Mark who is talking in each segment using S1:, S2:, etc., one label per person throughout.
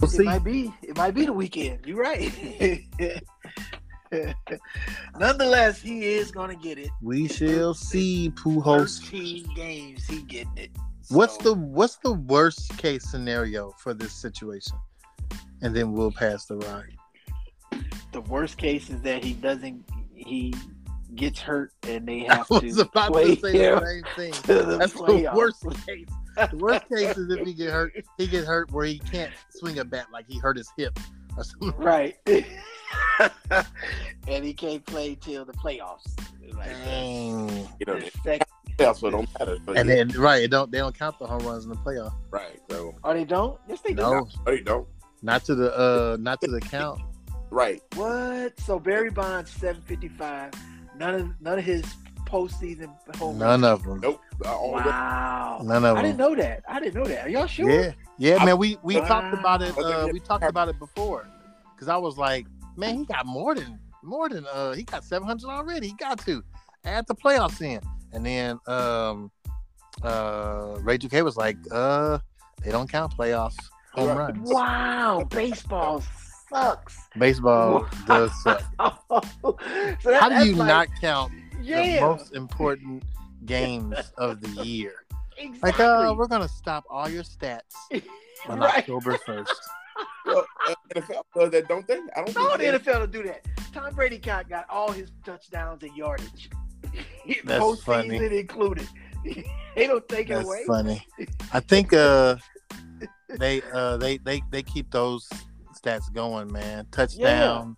S1: We'll
S2: It
S1: see.
S2: might be. It might be the weekend. You're right. Nonetheless, he is gonna get it.
S1: We shall see, Pujols.
S2: Thirteen games, he getting it.
S1: What's the
S2: So,
S1: what's the worst case scenario for this situation? And then we'll pass the ride.
S2: the worst case is that he doesn't. He gets hurt, and they have
S1: I
S2: to
S1: was about
S2: play
S1: to say the
S2: him
S1: same thing.
S2: to the
S1: That's the
S2: playoffs.
S1: worst case. The worst case is if he get hurt, he get hurt where he can't swing a bat like he hurt his hip or something.
S2: Right. and he can't play till the playoffs. Like,
S3: You know,
S2: the sec-
S3: that's what don't matter. But
S1: And then right, it don't they don't count the home runs in the playoff.
S3: right, so
S2: oh, they don't? Yes, they do.
S1: No,
S3: no, you don't.
S1: not to the uh not to the count.
S3: Right,
S2: What? So Barry Bonds, 755. None of none of his postseason home
S1: None of them.
S3: nope. Uh, all the-
S2: Wow.
S1: None of
S2: I didn't
S1: them.
S2: know that. I didn't know that. Are y'all sure?
S1: Yeah, yeah,
S3: I-
S1: man. We we
S2: Wow.
S1: talked about it. Uh, we talked about it before, because I was like, man, he got more than more than uh he got seven hundred already. He got to add the playoffs in, and then um uh Ray K was like, uh they don't count playoffs home
S3: Right.
S1: runs.
S2: Wow. Baseball sucks.
S1: Baseball
S2: Wow.
S1: does suck.
S2: so that-
S1: How do
S2: that's
S1: you
S2: like-
S1: not count
S2: Yeah.
S1: the most important games of the year?
S2: exactly.
S1: Like, uh, we're gonna stop all your stats on
S2: right.
S1: October first.
S3: well, uh, NFL does that, don't they? I don't
S2: No,
S3: think
S2: the NFL will do that. Tom Brady got, got all his touchdowns and yardage.
S1: That's
S2: Postseason
S1: funny.
S2: included. they don't take it
S1: That's
S2: away.
S1: funny. I think uh they uh they they they keep those stats going, man. Touchdown.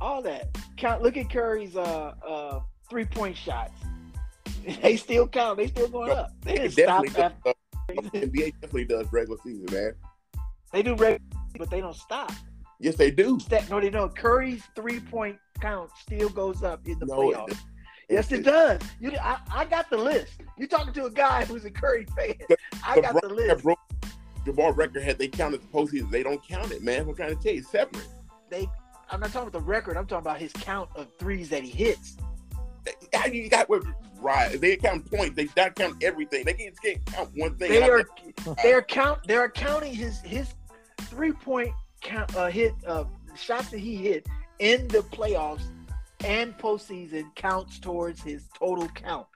S2: All that. Count look at Curry's uh uh three point shots. They still count. They still going up. They didn't
S3: It
S2: stop
S3: definitely does,
S2: after
S3: uh, NBA definitely does regular season, man.
S2: they do regular, but they don't stop.
S3: Yes, they do.
S2: Stat, no, they don't. Curry's three point count still goes up in the
S3: No, it
S2: playoffs. Yes, it does. You, I, I got the list. You're talking to a guy who's a Curry fan. I
S3: The
S2: got the
S3: Bron-
S2: list.
S3: Bro- Jabbar record had they counted the postseason. They don't count it, man. I'm trying to tell you, separate.
S2: They, I'm not talking about the record. I'm talking about his count of threes that he hits.
S3: How you got with right? They count points. They not count everything. They can't, can't count one thing.
S2: They are, they are count, they are counting his his three point count uh, hit uh, shots that he hit in the playoffs and postseason counts towards his total count.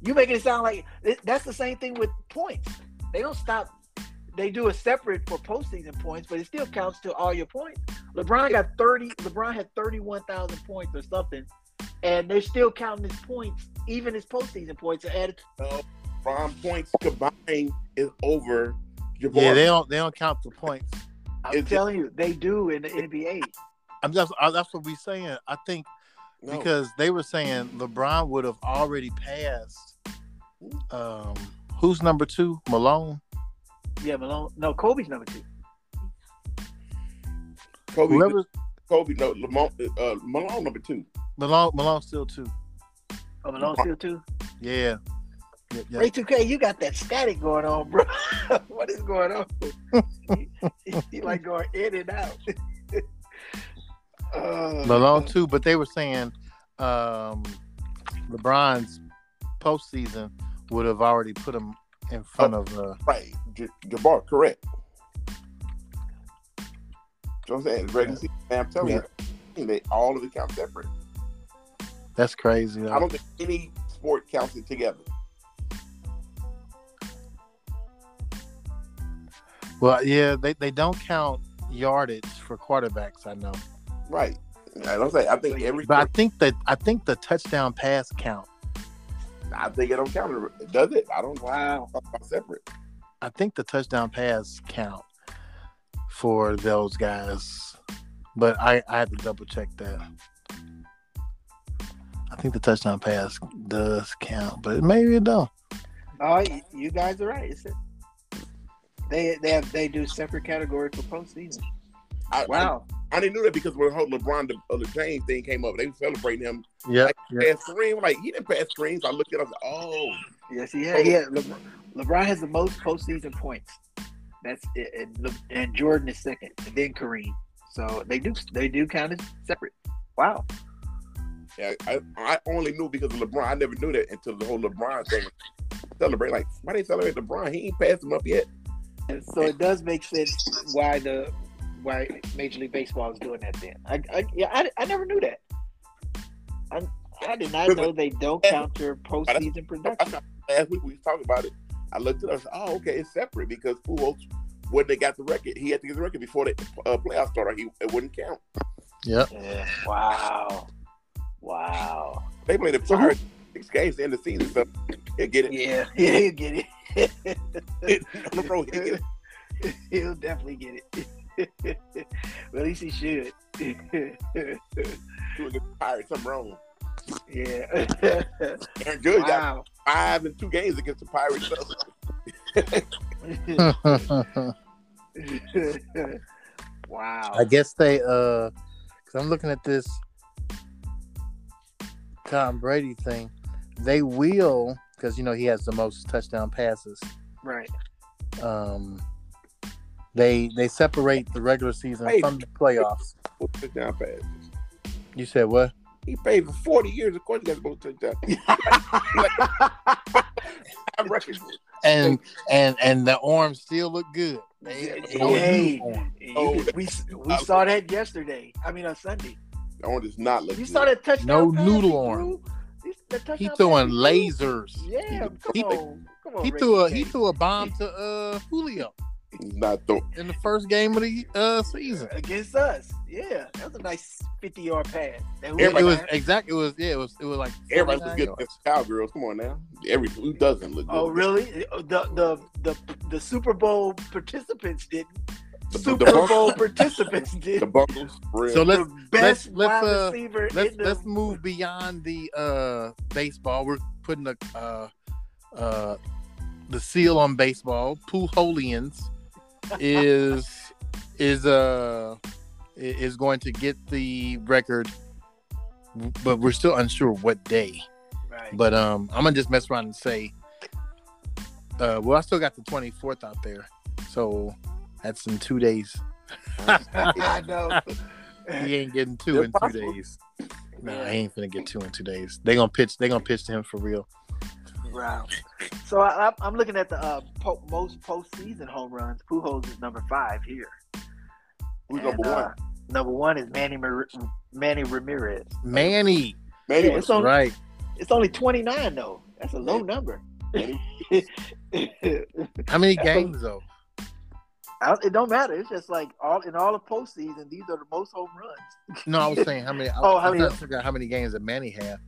S2: You making it sound like it- that's the same thing with points. They don't stop. They do a separate for postseason points, but it still counts to all your points. LeBron got thirty. LeBron had thirty-one thousand points or something, and they're still counting his points, even his postseason points, are added
S3: Ron points combined is over. Jabbar.
S1: Yeah, they don't they don't count the points.
S2: I'm
S3: It's-
S2: telling you, they do in the NBA.
S1: I'm just I, that's what we saying. I think
S3: No.
S1: because they were saying LeBron would have already passed. Um, who's number two? Malone.
S2: Yeah, Malone. No, Kobe's number two.
S3: Kobe,
S1: Whoever
S3: Kobe, no, Lamont, uh, Malone number two.
S1: Malone Malone still two.
S2: Oh, Malone's still two.
S1: Yeah. Yep, yep.
S2: Ray Two K, you got that static going on, bro. what is going on? he, he like going in and out. uh,
S1: Malone too, but they were saying um, LeBron's postseason would have already put him in front of. Uh,
S3: Right, J- Jabbar, correct. You know what I'm saying? Regular season, man, I'm telling you, they all of it count separate.
S1: that's crazy. though.
S3: I don't think any sport counts it together.
S1: well, yeah, they, they don't count yardage for quarterbacks. I know,
S3: Right. I don't say. I think every.
S1: but I think that I think the touchdown pass count.
S3: I think it don't count. It does it? I don't. Why
S2: Wow.
S3: talk about separate?
S1: I think the touchdown pass count for those guys, but I I had to double check that. I think the touchdown pass does count, but maybe it don't.
S2: Oh, you, you guys are right. It's they they have they do separate categories for postseason.
S3: I,
S2: Wow.
S3: I, I didn't know that because when the whole LeBron the, uh, the James thing came up, they were celebrating him
S1: Yep. yep.
S3: past three. I'm like he didn't pass screens. I looked at. it, I was like, oh,
S2: Yes, he had. Yeah, LeBron, LeBron has the most postseason points. That's it. And, Le, and Jordan is second, and then Kareem. So they do they do count as separate. Wow.
S3: yeah. I, I only knew because of LeBron. I never knew that until the whole LeBron thing. Celebrate like why they celebrate LeBron? He ain't passed him up yet.
S2: So it does make sense why the why Major League Baseball is doing that. Then I, I yeah I, I never knew that. I I did not know they don't count your postseason production.
S3: Last week we was talking about it. I looked it up. I said, oh, okay, it's separate because Pujols, when they got the record, he had to get the record before the uh, playoff started. He it wouldn't count.
S1: Yep.
S2: Yeah. Wow. Wow.
S3: They played the prior six games in the season, so he'll get it.
S2: Yeah. Yeah. You get it.
S3: On the road, Oh, he'll get it.
S2: He'll definitely get it. well, at least he should.
S3: He'll get tired. Something wrong.
S2: yeah.
S3: Aaron Judge got
S2: wow.
S3: five and two games against the Pirates. So
S2: wow.
S1: I guess they uh, cause I'm looking at this Tom Brady thing. They will, because you know he has the most touchdown passes.
S2: Right.
S1: Um, they they separate the regular season
S3: Hey.
S1: from the playoffs.
S3: Most touchdown passes.
S1: You said what?
S3: He played for forty years. Of course, he got the most touchdown. I'm record.
S1: And and and the arms still look good.
S2: hey,
S3: Oh,
S2: we we saw that yesterday. I mean on Sunday.
S3: The orange does not look.
S2: You
S3: good.
S2: saw that touchdown.
S1: No
S2: pass
S1: noodle
S2: he
S1: arm.
S2: threw? This- the
S1: He
S2: touchdown
S1: throwing
S2: pass he threw?
S1: lasers.
S2: Yeah, come
S1: He-
S2: on, come on.
S1: He threw a he threw a bomb to uh Julio
S3: He's not throwing.
S1: in the first game of the uh season.
S2: against us. Yeah, that was a nice fifty-yard pass.
S1: It,
S2: That
S1: it
S3: Everybody-
S1: was exact. It was yeah. It was it was like
S3: Everybody's
S1: 49
S3: good
S1: yards.
S3: against cowgirls. Come on now. Every who doesn't look good?
S2: Oh really? The the the the Super Bowl participants didn't.
S3: The- the
S2: Super
S3: Bungles-
S2: Bowl participants did.
S3: The Bungles. for real.
S1: So let's
S2: the
S1: let's-
S2: best
S1: let's,
S2: wide
S1: uh,
S2: receiver
S1: let's
S2: in the
S1: let's move beyond the uh baseball. We're putting the uh uh the seal on baseball. Pujols is is uh i- is going to get the record, but we're still unsure what day.
S2: right.
S1: But um, I'm gonna just mess around and say, uh, well, I still got the 24th out there, so that's in two days.
S2: I know.
S1: He ain't getting two
S3: It's
S1: in two
S3: possible.
S1: days. Nah, he ain't finna get two in two days. They gonna pitch. They gonna pitch to him for real.
S2: Wow. So I, I, I'm looking at the uh, po- most postseason home runs. Pujols is number five here.
S3: Who's
S2: And,
S3: number
S2: uh,
S3: one?
S2: number one is Manny Mar- Manny Ramirez.
S1: Manny,
S3: Manny
S2: yeah,
S3: was
S2: it's on-
S1: right?
S2: It's only 29 though. That's a low number. I-
S1: How many
S2: That's a-
S1: games though?
S2: it don't matter. It's just like all in all the postseason, these are the most home runs.
S1: No, I was saying how many. I,
S2: Oh, how
S1: I
S2: many-
S1: forgot how many games that Manny had.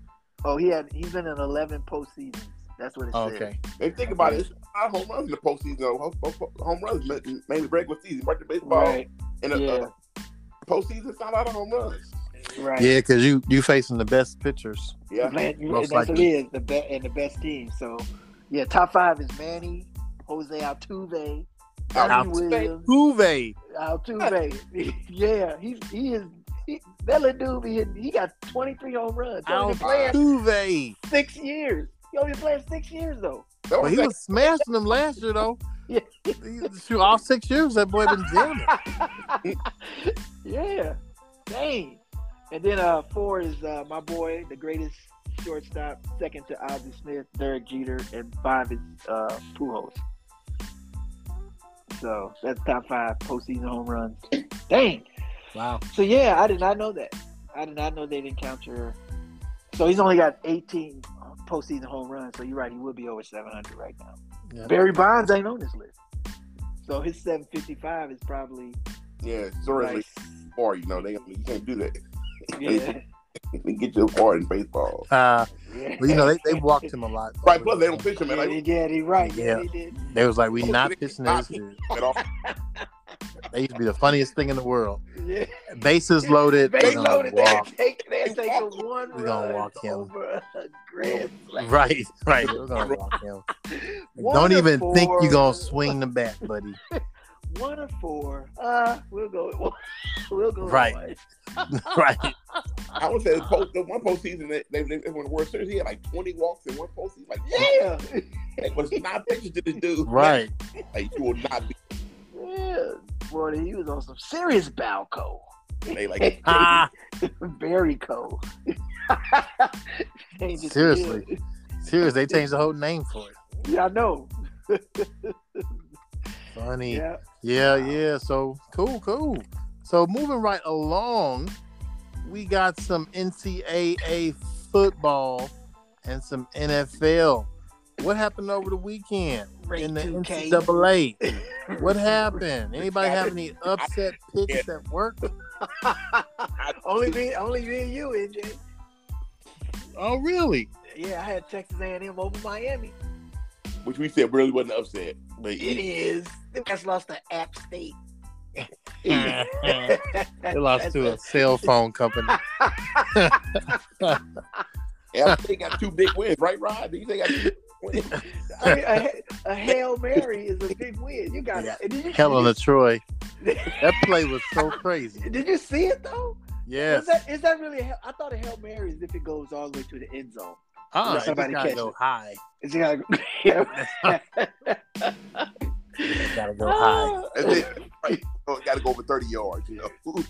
S2: Oh, he had he's been in 11 postseasons. That's what it
S1: Oh,
S2: says.
S1: okay,
S3: If you think about it, it's five home runs in the postseason. Home, home- home runs ma- mainly regular season, right? The baseball
S2: Right.
S3: and the uh, postseason. It's not a lot of home runs.
S2: Right.
S1: yeah, because you you facing the best pitchers.
S3: Yeah,
S2: Man, you-
S1: Most
S2: that's what
S1: likely.
S2: it is the best and the best team. So, yeah, top five is Manny, Jose Altuve, Donnie
S1: Altuve.
S2: Williams,
S1: Juve,
S2: Altuve. yeah, he's he is. He, that little dude, be hitting- he got 23 home runs. He only been playing
S1: Altuve.
S2: six years. He only been playing six years though.
S3: That
S1: But
S3: was
S1: he
S3: that-
S1: was smashing them last year though.
S2: Yeah.
S1: Shoot, all six years that boy been jamming.
S2: yeah, dang. And then uh, four is uh, my boy, the greatest shortstop, second to Ozzie Smith, Derek Jeter, and five is uh, Pujols. So that's top five postseason home runs. Dang.
S1: Wow.
S2: So yeah, I did not know that. I did not know they didn't count your. So he's only got 18 postseason home runs. So you're right, he would be over 700 right now.
S1: Yeah.
S2: Barry Bonds ain't on this list. So his 755 is probably
S3: yeah, certainly
S2: like,
S3: far. You know, they you can't do that.
S2: yeah,
S3: They get you far in baseball.
S1: Uh,
S2: yeah.
S1: well, you know they, they walked him a lot.
S3: Right, plus they don't pitch him at,
S2: Yeah, they
S3: like,
S2: did. He right. Yeah,
S1: Yeah.
S2: they did.
S1: They was like, we not pitching this. dude."
S3: at all.
S1: They used to be the funniest thing in the world.
S2: Yeah.
S1: Bases loaded.
S2: They
S1: we're gonna
S2: loaded. They
S1: walk.
S2: take. They take a one
S1: We're gonna
S2: run
S1: walk him.
S2: over a grand slam.
S1: Right, right. We're gonna walk him.
S2: One
S1: Don't
S2: or
S1: even think
S2: four.
S1: you're gonna swing the bat, buddy.
S2: One or four. Uh, we'll go. with one. We'll go. with
S1: Right.
S2: one.
S1: right.
S3: I would say the, post, the one postseason they, they, they won the World Series. He had like twenty walks in one postseason. Like,
S2: Yeah.
S3: they was not pitching to this dude.
S1: Right.
S3: like you will not be.
S2: Yeah. Boy, he was on some serious balco.
S3: They like
S1: Ah,
S2: Very cold. Change his
S1: Seriously.
S2: field.
S1: serious. They changed the whole name for it.
S2: Yeah, I know.
S1: Funny.
S2: Yeah.
S1: Yeah,
S2: Wow.
S1: yeah. So cool, cool. So moving right along, we got some NCAA football and some NFL. What happened over the weekend
S2: Ray
S1: in the
S2: 2K.
S1: NCAA? What happened? Anybody have any upset picks at work?
S2: only me, only me and you, NJ.
S1: Oh, really?
S2: Yeah, I had Texas A&M over Miami.
S3: which we said really wasn't upset. But
S2: It is. The Cats lost to App State.
S1: they lost to a cell phone company.
S3: they got two big wins, right, Rod? Did you say they got two big wins?
S2: I mean, a, a hail mary is a big win. You got
S1: Yeah.
S2: it. Did you,
S1: Helena
S2: did,
S1: Troy.
S2: you,
S1: That play was so crazy.
S2: did you see it though?
S1: Yes.
S2: Is that is that really? a hail- I thought a hail mary is if it goes all the way to the end zone.
S1: Uh, it just
S2: Somebody
S1: gotta
S2: catch
S1: go
S2: it.
S1: high.
S2: Is it gotta, yeah.
S1: Gotta go
S2: Oh,
S1: high.
S3: And then, right, so it got to go over 30 yards, you know?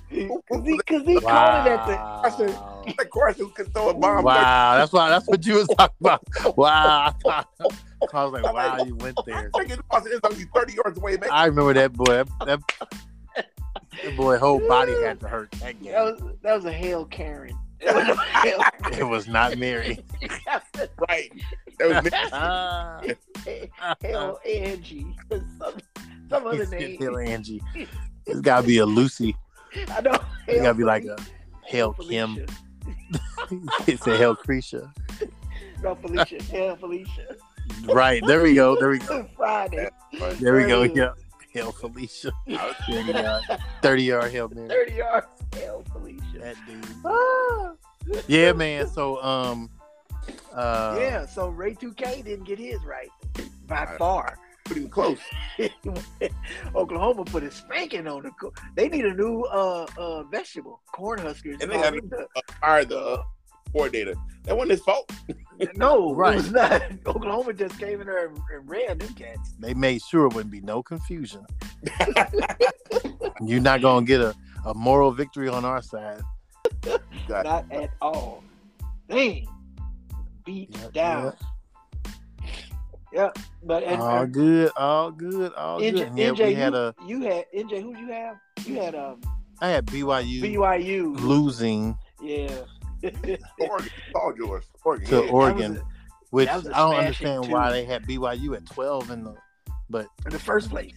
S2: Because he, cause he called it at the.
S1: Wow.
S3: I said- Of course, who can throw a bomb?
S1: Wow, that's why that's what you was talking about. Wow, I was like, wow, you went there.
S3: Like, it was it's only 30 yards away, man.
S1: I remember that boy. That, that, that boy, whole body had to hurt. That
S2: That
S1: game.
S2: was that was a hail Karen. It was a hail
S1: It was not Mary.
S3: Right. That was
S1: Ah,
S2: hail Angie. Some, some other
S1: Uh, he's getting
S2: name.
S1: Hill Angie. It's gotta be a Lucy.
S2: I know.
S1: It's
S2: hail
S1: gotta be like a
S2: Felicia.
S1: Hell Kim. It's a Hell Creature.
S2: No Felicia. Hail Felicia.
S1: Right there we go. Oh, There we go.
S2: Friday.
S1: There we go. Yeah, Hell Felicia. Yeah, Thirty yard Hell Mary.
S2: Thirty yards. Hail Felicia.
S1: That dude.
S2: Ah.
S1: Yeah, man. So um, uh,
S2: yeah. So Ray 2K didn't get his right by
S3: Right.
S2: far.
S3: pretty close.
S2: Oklahoma put a spanking on the. co- They need a new uh, uh, vegetable, corn huskers.
S3: And they have-
S2: The-
S3: Fire the uh, coordinator. That wasn't his fault.
S2: no,
S1: Right.
S2: it was not. Oklahoma just came in there and, and ran them cats.
S1: they made sure it wouldn't be no confusion. You're not gonna get a, a moral victory on our side.
S3: Got
S2: Not at all. Dang, beat
S1: Yeah,
S2: down. Yeah, but and,
S1: all
S2: and
S1: good, all good, all
S2: NJ,
S1: good. And yeah,
S2: NJ,
S1: we had a
S2: you, you had NJ. Who you have? You had um
S1: I had BYU
S2: BYU.
S1: losing
S2: Yeah.
S3: Oregon. It's all yours. Oregon.
S1: to
S3: yeah.
S1: Oregon,
S2: That was
S1: which I
S2: that was a
S1: don't
S2: smashing
S1: understand
S2: two.
S1: why they had BYU at 12 in the
S2: in the first place.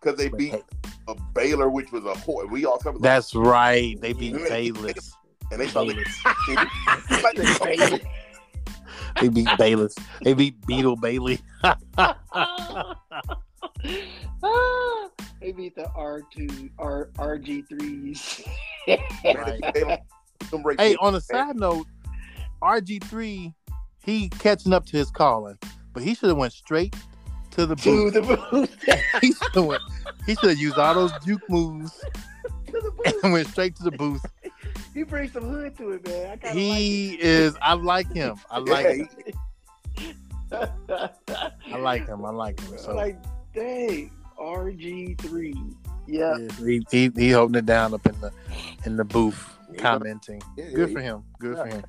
S3: because they
S1: but
S3: beat
S1: hey,
S3: a Baylor, which was a whore. We all covered that,
S1: That's right. They beat
S3: Yeah.
S1: Bayless.
S3: and they thought
S1: Bayless.
S3: they like,
S2: Baylor.
S1: They beat Bayless. They beat Beetle Bailey.
S2: Ah, they beat the R two R RG threes.
S3: man,
S1: Right.
S3: Baylor, them break-
S1: Hey, on a side note, RG three, he catching up to his calling, but he should have went straight to the
S2: to
S1: booth.
S2: the booth.
S1: he should have went, he should have used all those Duke moves
S2: to the booth.
S1: and went straight to the booth.
S2: He brings some hood to it, man. I kinda
S1: He is. I like him. I like. him.
S2: like it.
S1: I like him. I like him.
S2: I'm
S1: So
S2: like, dang, RG three.
S1: yeah,
S2: Yeah.
S1: he, he he holding it down up in the in the booth, commenting.
S3: Yeah,
S1: Good
S3: yeah,
S1: for him. Good for him.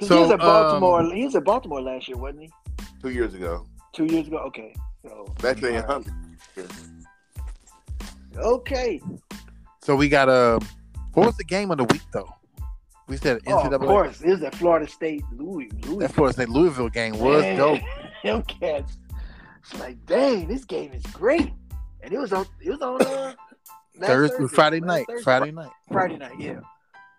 S2: 'Cause
S1: So,
S2: he was at Baltimore.
S1: um,
S2: he was at Baltimore last year, wasn't he?
S3: Two years ago.
S2: Two years ago. Okay. So
S3: That's
S1: All
S3: a
S1: right.
S3: hundred.
S2: okay.
S1: So we got a. What was the game of the week though? We said
S2: Oh, of
S1: NCAA.
S2: course, it was at Florida State. Louis. Louis.
S1: That Florida State Louisville game was
S2: Man,
S1: dope.
S2: Them cats. It's like, dang, this game is great. And it was on it was on uh, last
S1: Thursday, Friday
S2: last
S1: night.
S2: Thursday.
S1: Friday night.
S2: Friday night, yeah.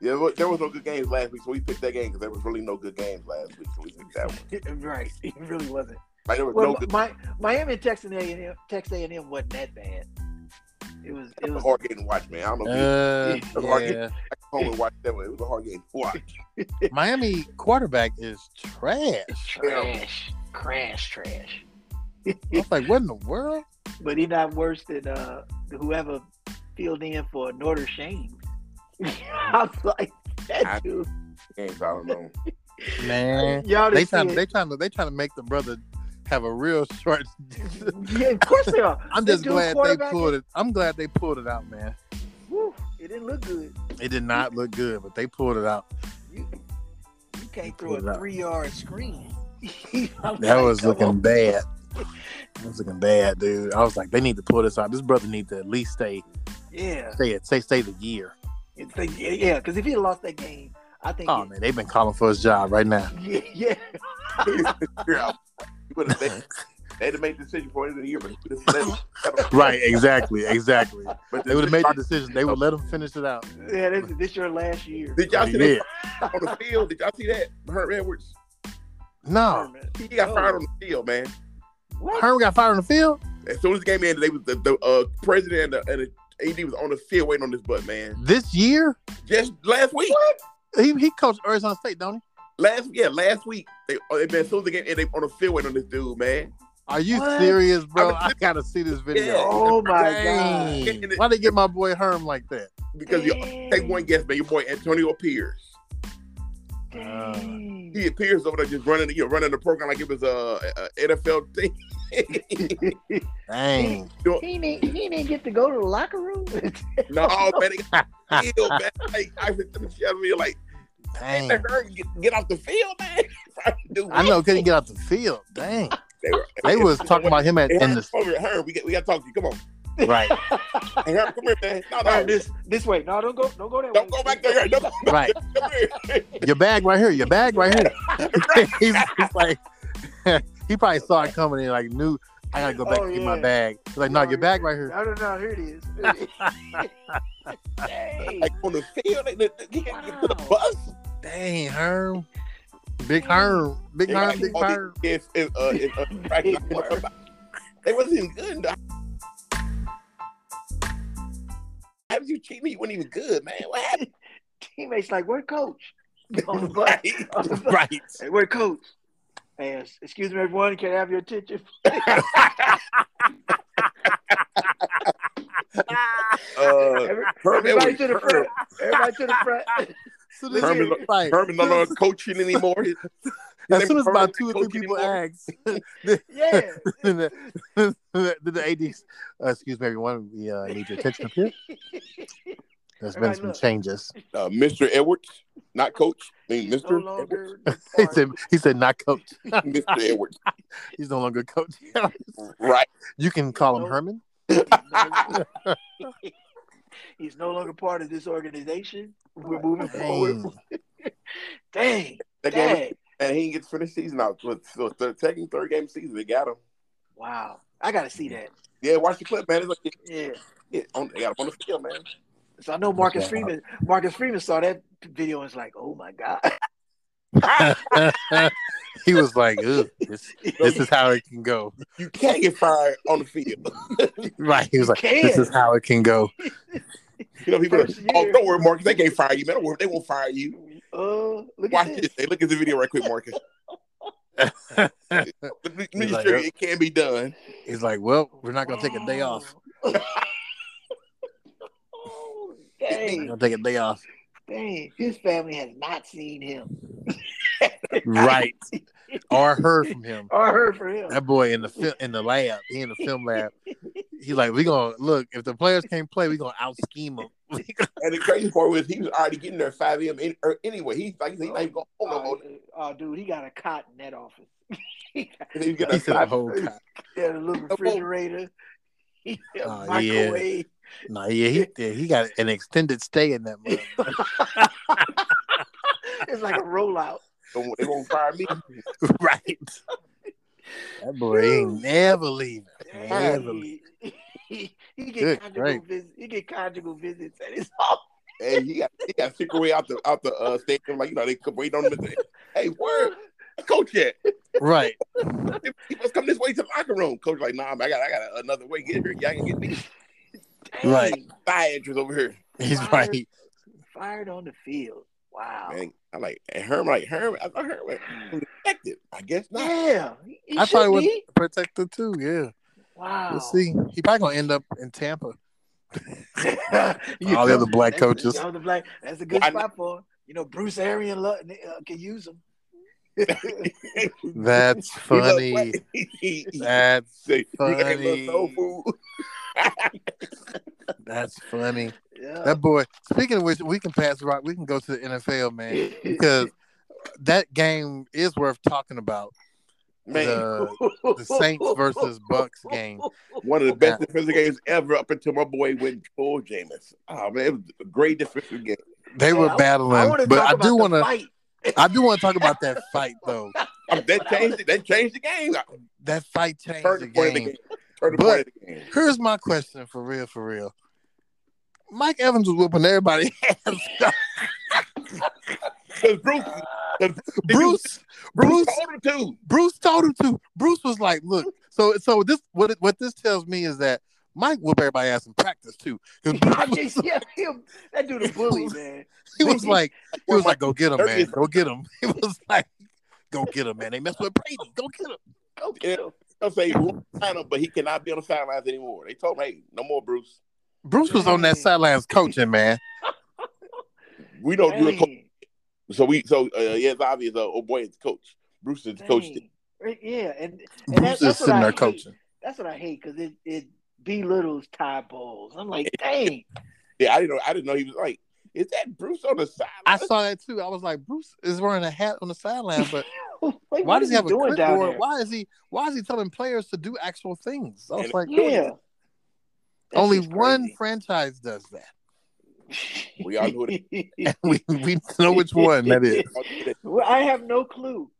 S3: Yeah, well, there was no good games last week, so we picked that game because there was really no good games last week, so we picked that one.
S2: right. It really wasn't.
S3: Like there was
S2: Well
S3: no good.
S2: my, Miami and Texas A and M Texas A and M wasn't that bad. It was it
S3: It was
S2: was
S3: a hard game to watch, man. I don't
S2: Oh,
S3: know if you
S1: Uh, yeah.
S3: Yeah. home and watch that one. It was a hard game to watch.
S1: Miami quarterback is trash.
S2: trash. Crash trash.
S1: I was like, what in the world?
S2: But he not worse than uh whoever filled in for Norter Shane. I was like,
S3: I-
S2: that dude.
S3: Games, I don't know.
S1: Man.
S2: Y'all
S1: They
S2: didn't see
S1: trying
S2: it.
S1: they trying to they trying to make the brother have a real short
S2: yeah, of course they are.
S1: I'm
S2: They
S1: just
S2: do
S1: glad they
S2: quarterback
S1: pulled it. I'm glad they pulled it out, man.
S2: Whew, it didn't look good.
S1: It did not look good, but they pulled it out.
S2: You, you can't throw
S1: Pulled it
S2: a
S1: out.
S2: three yard screen. I'm
S1: That
S2: like,
S1: was
S2: come
S1: looking
S2: on.
S1: bad. It was looking bad, dude. I was like, they need to pull this out. This brother need to at least stay
S2: Yeah,
S1: stay stay stay the year.
S2: It's like- yeah, yeah. Because if he had lost that game, I think.
S1: Oh man, they've been calling for his job right now.
S2: Yeah, yeah.
S3: Yeah. But if they, they had to make the decision for the end of the year, but this, this,
S1: Right, exactly, exactly.
S3: but
S1: They would have made the decision. They would let him finish it out.
S2: yeah this, this your last year.
S3: Did y'all
S1: He
S3: see
S1: did.
S3: that on the field? Did y'all see that? Herb Edwards,
S1: No,
S3: he got
S2: Oh.
S3: fired on the field, man.
S2: What?
S1: Herm got fired on the field.
S3: As soon as the game ended, they was the, the uh, president and the, and the AD was on the field waiting on this butt, man.
S1: This year,
S3: Just last week,
S1: he, he coached Arizona State, don't he?
S3: last yeah, last week they uh, they been as soon as the game ended, they on the field waiting on this dude, man.
S1: Are you
S2: What?
S1: serious, bro?
S3: I
S1: I,
S3: was-
S1: gotta see this video.
S2: Oh my
S1: Dang.
S2: god.
S1: Why they get my boy Herm like that?
S3: Because you take one guess, man. Your boy Antonio Pierce.
S2: Dang.
S3: He appears over there just running, you know, running the program like it was a, a NFL team.
S1: Dang.
S2: He didn't, he didn't get to go to the locker room.
S3: no, man, they got on the field, man. Like I was telling Shelby, like
S1: Dang.
S3: "Man, Herb, get, get off the field, man. Trying to do
S1: I know couldn't get out the field. Dang.
S3: They, were,
S1: They was talking about him at
S3: Hey,
S1: in
S3: Herb,
S1: the
S3: come over here. Herb, we got we got to talk to you. Come on,
S1: right,
S3: hey, Herb, come here, man. No,
S2: All right,
S3: no,
S2: this this way. No, don't go. Don't go that way.
S3: don't go back there. Herb. Don't go back
S1: right.
S3: there. Herb.
S1: Your bag right here. Your bag right here. he's, he's like, he probably saw it coming and like knew I gotta go back
S2: Oh,
S1: and get
S2: yeah.
S1: my bag. He's like, no,
S2: No,
S1: your
S2: you're-
S1: bag right here.
S2: No, no, no. Here it is. Dang.
S3: Like on the field, they, they, they can't get to the
S2: Wow.
S3: bus.
S1: Dang, Herm. Big Herm. Big
S3: They got
S1: Herm. Big
S3: all these
S1: Herm.
S3: kids in, uh, in, uh, practice. They wasn't even good. How did you cheat me? You weren't even good, man. What happened?
S2: Teammates like, where coach? On the bus.
S3: Right.
S2: On the bus.
S1: Right.
S2: Hey, where coach? Hey, excuse me, everyone. Can I have your attention?
S3: Uh,
S2: Every-
S3: Herb
S2: everybody
S3: Edwards.
S2: to the
S3: Herb,
S2: front. Everybody to the front.
S1: So this
S3: Herm
S1: is-
S3: is-
S1: right.
S3: Herb is no longer coaching anymore. His-
S1: As
S3: his
S1: soon
S3: name
S1: as
S3: is
S1: about
S3: Herb,
S1: two or
S3: coach
S1: three people
S3: anymore.
S1: ask,
S2: Yeah.
S1: then the, then the ADs, uh, excuse me, everyone, we uh, need your attention up here. There's been
S2: Everybody
S1: some
S2: look.
S1: changes.
S3: Uh, Mr. Edwards, not coach. I
S2: He's
S3: mean,
S2: no
S3: Mr. Edwards.
S2: longer
S1: He said,
S2: part.
S1: he said, not coach.
S3: Mr. Edwards.
S1: He's no longer coach.
S3: Right.
S1: you can call him Herman.
S2: He's no longer part of this organization. We're
S3: Right.
S2: moving forward.
S1: Dang.
S2: Dang.
S3: That game,
S2: Dang.
S3: and he gets finished season out. So, so the second, third game of the season, they got him.
S2: Wow. I got to see that.
S3: Yeah, watch the clip, man. It's like,
S2: Yeah.
S3: yeah, on, they got him on the field, man.
S2: So I know Marcus
S1: Okay.
S2: Freeman. Marcus Freeman saw that video and was like, "Oh my god!"
S1: he was like, "Ugh, this, this is how it can go.
S3: You can't get fired on the field.
S1: Right. He was like,
S2: Can.
S1: this is how it can go.
S3: You know, people are,
S2: First
S3: oh,
S2: year.
S3: don't worry, Marcus. They can't fire you, man. Don't worry, they won't fire you.
S2: Uh, look
S3: Watch
S2: at
S3: this.
S2: this.
S3: Hey, look at the video right quick, Marcus. Let me- Let me
S1: He's like,
S3: sure
S1: yep.
S3: it can be done.
S1: He's like, well, we're not going to take a day off.
S2: Oh,
S1: We're
S2: dang,
S1: going to take a day off.
S2: dang! His family has not seen him
S1: Right. or heard from him.
S2: or heard from him.
S1: That boy in the fil- in the lab, he in the film lab. He's like, we gonna look if the players can't play, we gonna out scheme them.
S3: And the crazy part was he was already getting there at 5 a.m. Any, or anyway. He's like, he's not even going home no
S2: Oh,
S3: more.
S2: dude. Oh, dude, he got a cot in that office. he
S3: And he was
S1: he
S3: getting
S1: said
S3: there
S1: the
S3: at
S1: whole time.
S2: had a little refrigerator. He had a
S1: Oh, yeah.
S2: microwave.
S1: Nah, yeah, he yeah, he got an extended stay in that month.
S2: It's like a rollout.
S3: 5. They won't fire me.
S1: right. That boy ain't never leaving. Never leaving.
S2: He, he, he
S1: Good grief.
S2: get conjugal visits. He get conjugal visits at his office.
S3: Hey, he got he got sick way out the out the uh, stadium. Like you know, they could wait on him. at the- Hey, where coach at?
S1: Right.
S3: He must come this way to the locker room. Coach like, nah, man, I got I got another way. Get here, y'all can get these
S2: Dang,
S1: Right.
S3: fire entrance over here.
S1: He's
S2: Fire.
S1: right.
S2: Fired on the field. Wow.
S3: Man, I like and Herm like Herm. I thought Herm was protected. I guess not.
S2: Yeah. He, he
S1: I
S2: should
S1: thought it was
S2: be.
S1: protected too. Yeah.
S2: Wow.
S1: We'll see. He probably gonna end up in Tampa.
S2: You
S1: All the
S2: know,
S1: other black
S2: that's-
S1: coaches.
S2: All the black. That's a good
S3: Why
S2: spot for him. You know, Bruce Arian lo- uh, can use him.
S1: That's
S3: He loves-
S1: funny.
S3: he, he,
S1: That's
S3: say, you like
S1: funny.
S3: little soul food.
S1: that's funny.
S2: Yeah.
S1: That boy. Speaking of which, we can pass the rock. We can go to the NFL, man. because that game is worth talking about.
S3: Man,
S1: The- the Saints versus Bucks game.
S3: one of the best defensive games ever up until my boy went Joel Jameis. Oh man, it was a great defensive game.
S1: They were
S2: Yeah, I- I
S1: battling,
S2: wanna
S1: but
S2: talk
S1: I
S2: about
S1: do
S2: the
S1: want to.
S2: fight.
S1: I do want to talk about that fight though.
S3: Um, that changed it. That changed the game.
S1: That fight changed
S3: Turned
S1: the
S3: the point of the
S1: game.
S3: game. Turned the
S1: But-
S3: point of the game.
S1: Here's my question for real, for real. Mike Evans was whooping everybody. ass.
S3: Because Bruce,
S1: Bruce,
S3: Bruce
S1: Bruce,
S3: told him too.
S1: Bruce told him to. Bruce was like, "Look." So, so this what it- what this tells me is that Mike whooped everybody ass in practice too. Because
S2: I just, yeah, him, that dude a bully, man.
S1: he was like, he was like, "Go get him, man.
S3: Thirtieth.
S1: Go get him." He was like, "Go get him, man. They mess with Brady. Go get him."
S2: Go get him.
S3: They'll say he won't sign him, but he cannot be on the sidelines anymore. They told him, hey, no more, Bruce.
S1: Bruce was on that sidelines coaching, man.
S3: We don't do a coach.
S2: Dang,
S3: So we so uh, yeah, it's obvious. Uh, oh boy, it's coach. Bruce is the coach.
S2: dang. Right, Yeah, and, and that-
S1: Bruce is
S2: that's what
S1: sitting
S2: I
S1: there
S2: hate.
S1: coaching.
S2: That's what I hate because it, it belittles Ty Bowles. I'm like, dang.
S3: Yeah, I didn't know. I didn't know he was like. Is that Bruce on the sideline?
S1: I saw that too. I was like, Bruce is wearing a hat on the sideline, but
S2: Like,
S1: why
S2: what
S1: does
S2: is
S1: he have a
S2: doing down
S1: clipboard?
S2: there?
S1: Why is he why is he telling players to do actual things? I was
S3: And-
S1: like,
S2: Yeah. That
S1: only
S2: shit's
S1: one
S2: crazy.
S1: franchise does that.
S3: We all know it
S1: We we know which one that is.
S2: Well, I have no clue.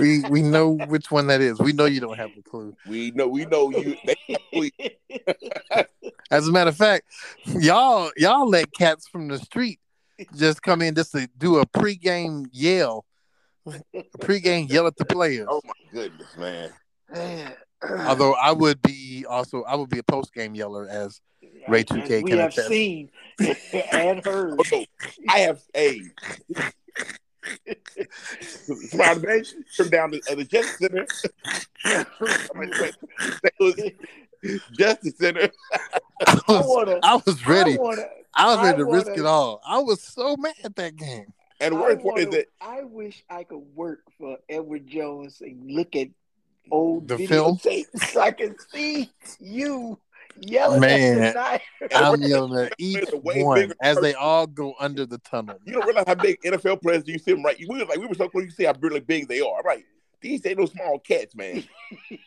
S1: We we know which one that is. We know you don't have a clue.
S3: We know. We know you. They, we-
S1: As a matter of fact, y'all y'all let cats from the street just come in just to do a pregame yell. Pregame yell at the players.
S3: oh my goodness, man.
S1: Although I would be also I would be a postgame yeller as Ray 2K
S2: we
S1: can
S2: have
S1: attest.
S2: seen and heard.
S3: Okay, I have a. Smart man, from down to uh, the Justice Center. That was Justice Center.
S1: I
S2: I
S1: was,
S2: wanna,
S1: I was ready.
S2: I wanna,
S1: I was ready
S2: I
S1: to
S2: wanna-
S1: risk it all. I was so mad at that game.
S3: And the
S2: I
S3: worst part is
S2: wanna-
S3: that
S2: I wish I could work for Edward Jones and look at old
S1: The film?
S2: videotapes so I can see you yelling
S1: Man.
S2: at the night.
S1: I'm yelling at each
S3: It's a way
S1: one
S3: bigger
S1: as they
S3: person.
S1: all go under the tunnel.
S3: you don't realize how big NFL players do. You see them right. We were like, we were so close. You see how really big they are, right? These ain't no small cats, man.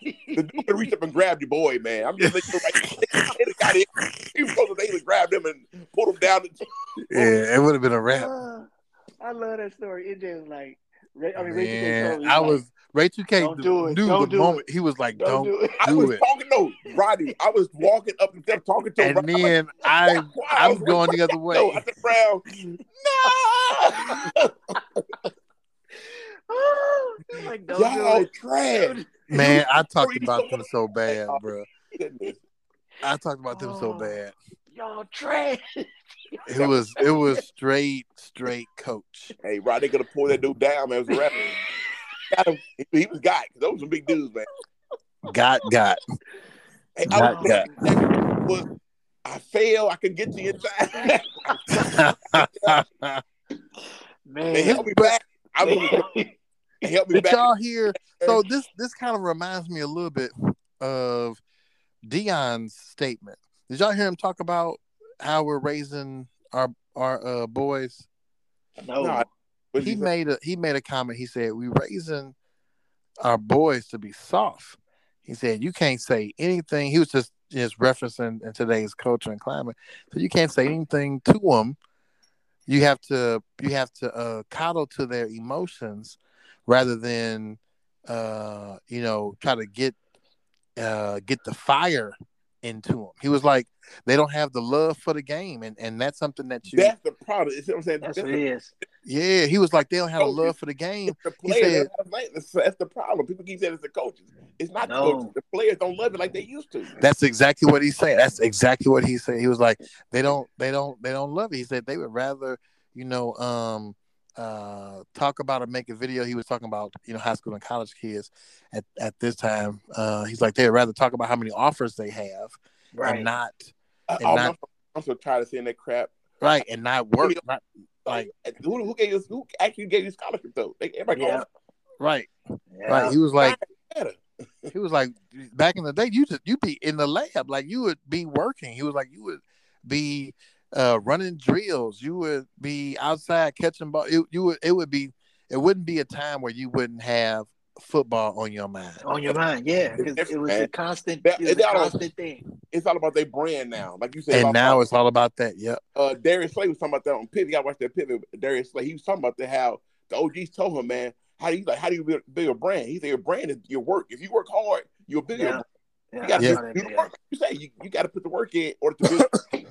S3: The dude can reach up and grab your boy, man. I'm just looking right. They got it. He was supposed to they grab them and pull them down.
S1: Yeah, it would have been a wrap.
S2: Uh, I love that story. It just like, Ray, I mean, Ray 2K told
S1: Man,
S2: me,
S1: I
S2: like,
S1: was Ray 2K
S2: Don't do it.
S1: knew
S2: Don't
S1: the
S2: do
S1: moment he was like,
S2: don't
S1: "Don't."
S2: do it.
S3: I
S1: Do
S3: was
S1: it.
S3: talking no, Roddy. I was walking up and down talking to him.
S1: And then I, I'm going the other way.
S3: No, I said, Brown. No,
S2: Ah, I'm like, don't
S3: y'all
S2: do
S3: trash.
S2: it.
S1: Man, I talked about them so bad, bro.
S3: Goodness.
S1: I talked about them so
S2: Oh.
S1: bad.
S2: Y'all trash.
S1: It was, it was straight, straight coach.
S3: Hey, Roddy, gonna pull that dude down, man. It was a wrap. Got him. He, he was got. Those were some big dudes, man.
S1: Got, got.
S3: Hey, I,
S1: Got,
S3: was,
S1: got.
S3: was, I fail. I can get to your inside. Man,
S2: Man.
S3: help me back. I'm gonna help me
S1: Did
S3: back.
S1: y'all hear? So this this kind of reminds me a little bit of Dion's statement. Did y'all hear him talk about how we're raising our our uh, boys?
S2: no.
S3: Nah, What'd
S1: He
S3: you say?
S1: made a he made a comment. He said we raising our boys to be soft. He said you can't say anything. He was just just referencing in today's culture and climate. So you can't say anything to them. You have to you have to uh, coddle to their emotions rather than uh, you know try to get uh, get the fire into them. He was like they don't have the love for the game, and and that's something that you
S3: That's the problem. You see what I'm saying?
S2: That's
S3: That's
S2: what
S3: the,
S2: it is.
S1: yeah. He was like they don't have a
S3: Told you.
S1: love for the game.
S3: it's the
S1: He
S3: players.
S1: said-
S3: that have like- that's, that's the problem. People keep saying it's the coaches. It's not
S2: No.
S3: the coaches. The players don't love it like they used to.
S1: That's exactly what he's saying. That's exactly what he said. He was like, they don't, they don't, they don't love it. He said they would rather, you know, um, uh, talk about or make a video. He was talking about, you know, high school and college kids at, at this time. Uh, he's like, they'd rather talk about how many offers they have
S2: Right.
S1: and not,
S3: I,
S1: And
S3: oh,
S1: not-
S3: I'm, so, I'm so tired of seeing that crap. Uh,
S1: right, and not work, not, like,
S3: who, who gave us? Who actually gave you scholarship though? Like, everybody
S2: Yeah.
S3: goes,
S1: right,
S2: Yeah.
S1: right. He was like,
S3: better.
S1: he was like, back in the day, you just, you'd be in the lab, like, you would be working. He was like, you would be, uh, running drills. You would be outside catching ball. It, you would, it would be, it wouldn't be a time where you wouldn't have football on your mind.
S2: on your mind. Yeah, because it was a constant,
S3: That-
S2: it was a
S3: that was-
S2: constant thing.
S3: It's all about their brand now. Like you said,
S1: And
S3: about-
S1: now it's all about that. Yep.
S3: uh, Darius Slay was talking about that on Pivot. I watched that Pivot. Darius Slay, he was talking about that how the OGs told him, man, how do you like? How do you build, build your brand? He said, your brand is your work. If you work hard, you'll build your
S2: Yeah.
S3: brand.
S2: Yeah,
S3: You got to
S2: I
S1: Yeah.
S2: saw that
S3: do the
S2: video.
S3: work. You say you, you got to put the work in order to build.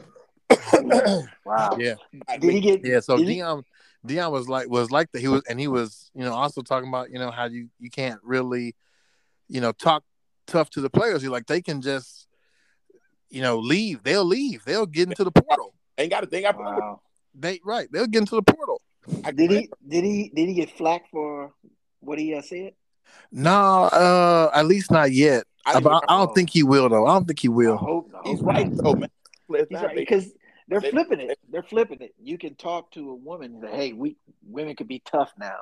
S2: Wow.
S1: Yeah.
S2: Did he get?
S1: Yeah, so
S2: Did he-
S1: Dion Dion was like was like that. He was and he was, you know, also talking about, you know, how you you can't really, you know, talk tough to the players. You're like they can just, you know, leave. They'll leave. They'll get into the portal.
S3: ain't got a thing. I
S2: Wow.
S1: They right. They'll get into the portal.
S3: I-
S2: Did he? Did he? Did he get flack for what he uh, said?
S1: No, uh, at least not yet.
S3: I,
S1: But I, I
S2: Oh.
S1: don't think he will though. I don't think he
S2: I
S1: will.
S2: hope. I
S3: he's
S2: hope
S3: right
S2: not.
S3: though, man. Let's
S2: He's
S3: not
S2: right
S3: make-
S2: because they're
S3: they-
S2: flipping it. They're flipping it. You can talk to a woman and say, "Hey, we women could be tough now,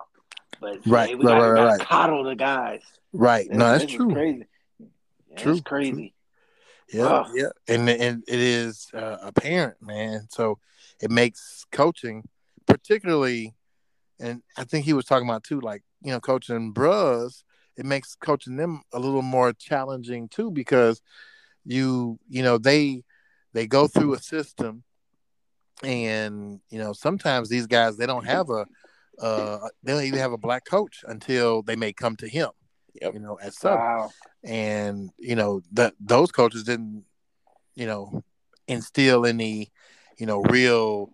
S2: but
S1: Right,
S2: hey, we
S1: right,
S2: gotta,
S1: right,
S2: gotta
S1: right.
S2: coddle the guys."
S1: Right. No,
S2: This-
S1: that's
S2: this is
S1: true.
S2: Crazy. That's
S1: True,
S2: crazy.
S1: Yeah,
S2: Wow.
S1: yeah, and and it is uh, apparent, man. So it makes coaching, particularly, and I think he was talking about too, like you know, coaching bros. It makes coaching them a little more challenging too, because you you know they they go through a system, and you know sometimes these guys they don't have a uh they don't even have a black coach until they may come to him.
S3: Yep.
S1: You know, at Southern
S2: Wow.
S1: and you know that those coaches didn't you know instill any you know real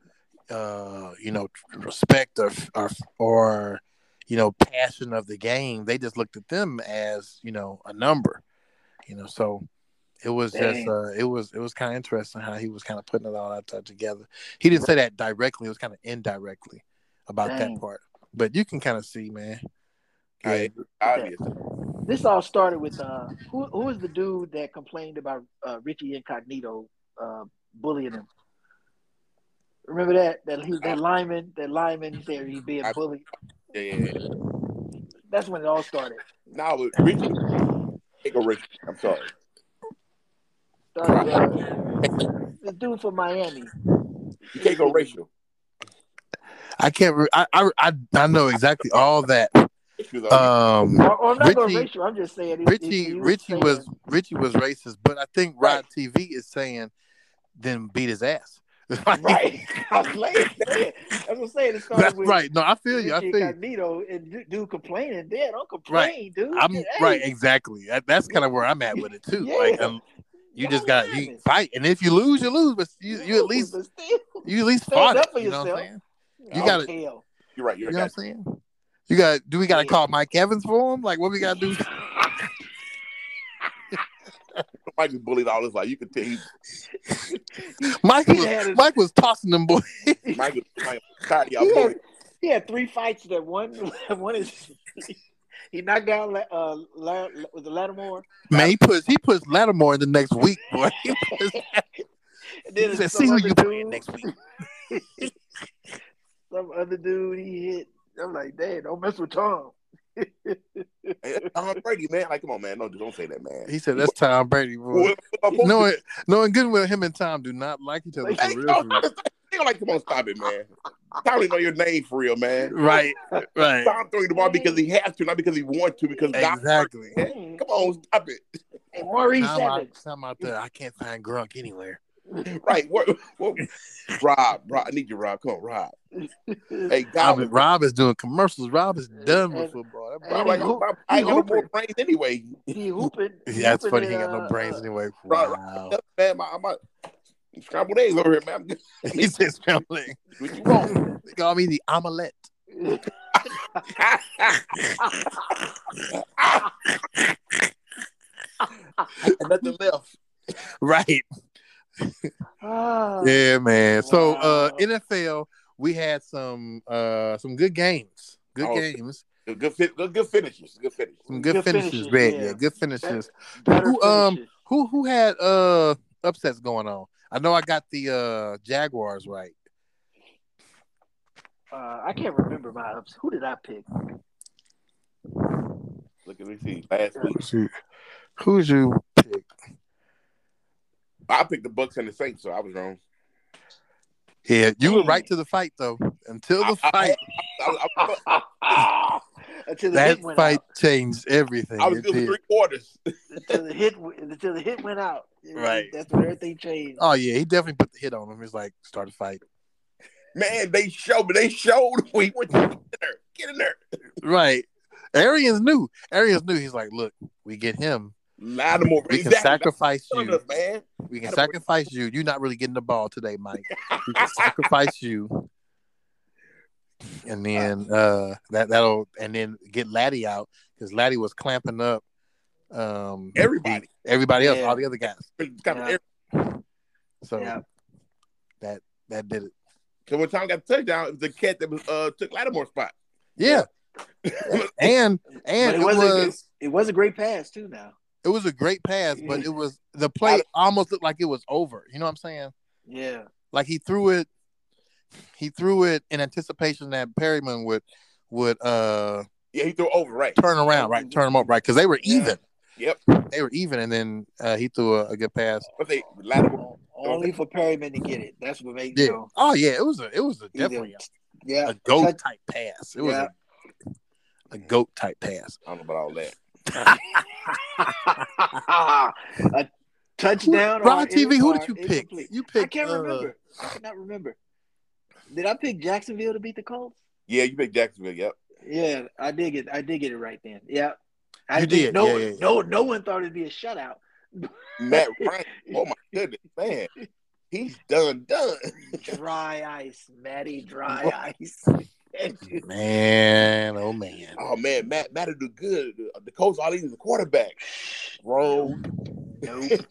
S1: uh you know respect or or, or you know passion of the game they just looked at them as you know a number you know so it was just
S2: Dang.
S1: uh it was it was kind of interesting how he was kind of putting it all out there together he didn't say that directly it was kind of indirectly about
S2: Dang.
S1: that part but you can kind of see man
S3: I- obvious.
S2: This all started with uh, who? Who was the dude that complained about uh, Richie Incognito uh, bullying him? Remember that that he, that lineman that lineman said he's being
S3: I-
S2: bullied.
S3: Yeah.
S2: That's when it all started.
S3: Now with Richie, take a Richie. I'm sorry.
S2: started uh, the dude from Miami.
S3: You can't go racial.
S1: i can't re- I, I i i know exactly all that
S3: Issues are-
S2: Uh,
S1: um
S2: Or, or I'm not going
S1: Richie-
S2: racial. I'm just saying. he- he-
S1: Richie
S2: he
S1: Richie was
S2: saying-
S1: Richie was racist, but I think Rod
S3: Right.
S1: TV is saying then beat his ass. Like,
S2: right. I was laying there. That's what I'm saying. It started
S1: That's
S2: with
S1: right. No, I feel you. I
S2: Richie
S1: feel you.
S2: Incognito and du- dude complaining. Dad, don't complain, dude.
S1: I'm
S2: Hey,
S1: right, exactly. That- That's kind of where I'm at with it too.
S2: Yeah.
S1: Like, um, you
S2: y'all
S1: just got you
S2: linemen.
S1: fight, and if you lose, you lose. But you, you at least
S2: But still,
S1: you at least
S2: Stand
S1: fought it.
S2: up for
S1: You know what I'm
S2: yourself.
S1: saying?
S2: oh,
S1: gotta-
S2: hell.
S3: You're right. You're
S1: You know what I'm
S3: right.
S1: saying? You got do we got to
S2: Yeah.
S1: call Mike Evans for him? Like, what we got to do?
S3: Mike was bullied all his life. You can tell he's
S1: Mike
S2: He
S1: was
S2: had his-
S1: Mike was tossing them boys.
S3: Mike was Mike was tired of y'all
S2: he,
S3: bullying.
S2: had, he had three fights. That one, one is he knocked down. La- Uh, La- was it Lattimore?
S1: Man, he puts he puts Lattimore in the next week, boy. He puts-
S2: And
S1: he
S2: then
S1: said,
S2: some
S1: "See who
S2: other
S1: you playing
S2: dude-
S1: next week."
S2: some other dude he hit. I'm like, dang, don't mess with Tom.
S3: Hey, that's Tom Brady, man. Like, come on, man. Don't don't say that, man.
S1: He said that's Tom Brady. Boy.
S3: Well, I'm supposed to-
S1: Knowing, knowing good and well, him and Tom do not like each other
S3: Hey,
S1: for real. For
S3: no,
S1: real.
S3: they like, come on, stop it, man. Tom didn't know your name for real, man.
S1: Right, right,
S3: Tom throwing the ball because he has to, not because he wants to, because God
S1: exactly.
S2: Hey,
S3: Come on, stop it.
S2: Maurice
S1: Tom out,
S2: Evans.
S1: Tom out there. I can't find Grunk anywhere.
S3: Right. What, what, Rob, Rob, I need you, Rob. Come on, Rob. Hey,
S1: Rob,
S3: God, was-
S1: Rob is doing commercials. Rob is done with
S2: And-
S1: football. That
S2: and
S3: Rob,
S1: brother-
S3: like,
S2: Who-
S3: Rob, I ain't got no more
S2: Hooper.
S3: brains anyway.
S2: He hooping.
S1: yeah, that's funny.
S2: hooping
S1: He ain't
S2: at,
S1: got no
S2: uh,
S1: brains
S2: uh,
S1: anyway.
S3: Rob-
S1: Wow.
S3: Man, my, my scrambled eggs over here, man. I'm just-
S1: He says, "Family,
S3: What you want?
S1: they call me the omelette."
S3: Nothing left.
S1: Right.
S2: ah,
S1: Yeah, man. So,
S2: Wow.
S1: uh, NFL, we had some uh some good games. Good
S3: Oh,
S1: games.
S3: Good, good, fin- good, good finishes. Good finish.
S1: Some good,
S2: Good
S1: finishes,
S2: finishes,
S1: Red.
S2: yeah.
S1: Yeah, good finishes.
S2: better
S1: Who, um,
S2: finishes.
S1: Who who had uh upsets going on? I know I got the uh Jaguars right.
S2: Uh, I can't remember my ups. Who did I pick?
S3: Look at me see last week.
S1: Who's you pick?
S3: I picked the Bucks and the Saints, so I was wrong.
S1: Yeah, you were
S2: Dang.
S1: right to the fight though. Until the
S3: I- I-
S1: fight,
S3: I, I, I,
S2: I until the
S1: That
S2: hit went
S1: fight
S2: out.
S1: changed everything.
S3: I was
S1: It
S3: good for
S1: did.
S3: three quarters.
S2: Until the hit w- until the hit went out. You know,
S1: Right.
S2: That's when everything changed.
S1: Oh yeah, he definitely put the hit on him. He's like, start a fight.
S3: Man, they showed They showed we went to get in there. Get in there.
S1: Right. Arians knew. Arians knew. He's like, look, we get him.
S3: Lattimore.
S1: We can
S3: exactly.
S1: sacrifice
S3: Son
S1: you.
S3: of a man.
S1: We can
S3: Attaboy.
S1: sacrifice you. You're not really getting the ball today, Mike. We can sacrifice you. And then uh that that'll and then get Laddie out because Laddie was clamping up um
S3: Everybody.
S1: the- everybody else,
S2: Yeah.
S1: all the other guys.
S3: Kind of
S2: Yeah.
S1: So
S2: Yeah.
S1: that did it.
S3: So when Tom got the touchdown, it was the cat that was, uh, took Lattimore's spot.
S1: Yeah. and and
S2: But
S1: it
S2: it wasn't a good-
S1: was
S2: It was a great pass too. Now.
S1: it was a great pass, but it was the play almost looked like it was over. You know what I'm saying?
S2: Yeah.
S1: Like he threw it, he threw it in anticipation that Perryman would would uh
S3: Yeah, he threw over, right?
S1: turn around, right? Turn him up, right? Because they were
S3: Yeah.
S1: even.
S3: Yep.
S1: They were even, and then uh, he threw a, a good pass.
S3: But they Lattimore.
S2: O- Only for Perryman to get it. That's what made
S1: Yeah.
S2: you know,
S1: Oh yeah, it was a it was a
S2: either-
S1: definitely a,
S2: Yeah.
S1: a goat
S2: Touch-
S1: type pass. It was a, a goat type pass.
S3: I don't know about all that.
S2: a touchdown. or
S1: Rod TV, who
S2: incomplete-
S1: did you pick?
S2: incomplete.
S1: You picked.
S2: I can't
S1: uh,
S2: remember. I cannot remember. Did I pick Jacksonville to beat the Colts?
S3: Yeah, you picked Jacksonville. Yep.
S2: Yeah, I did get I did get it right then. Yeah. I
S1: You
S2: didn't-
S1: did,
S2: No,
S1: yeah, yeah, yeah.
S2: no, no one thought it'd be a shutout.
S3: Matt Ryan. Oh my goodness, man. He's done, done.
S2: Dry ice, Matty. Dry ice.
S1: Man, oh man.
S3: Oh man, Matt Matt will do good. The- The coach all these the quarterback. Wrong,
S2: nope. That dude, is,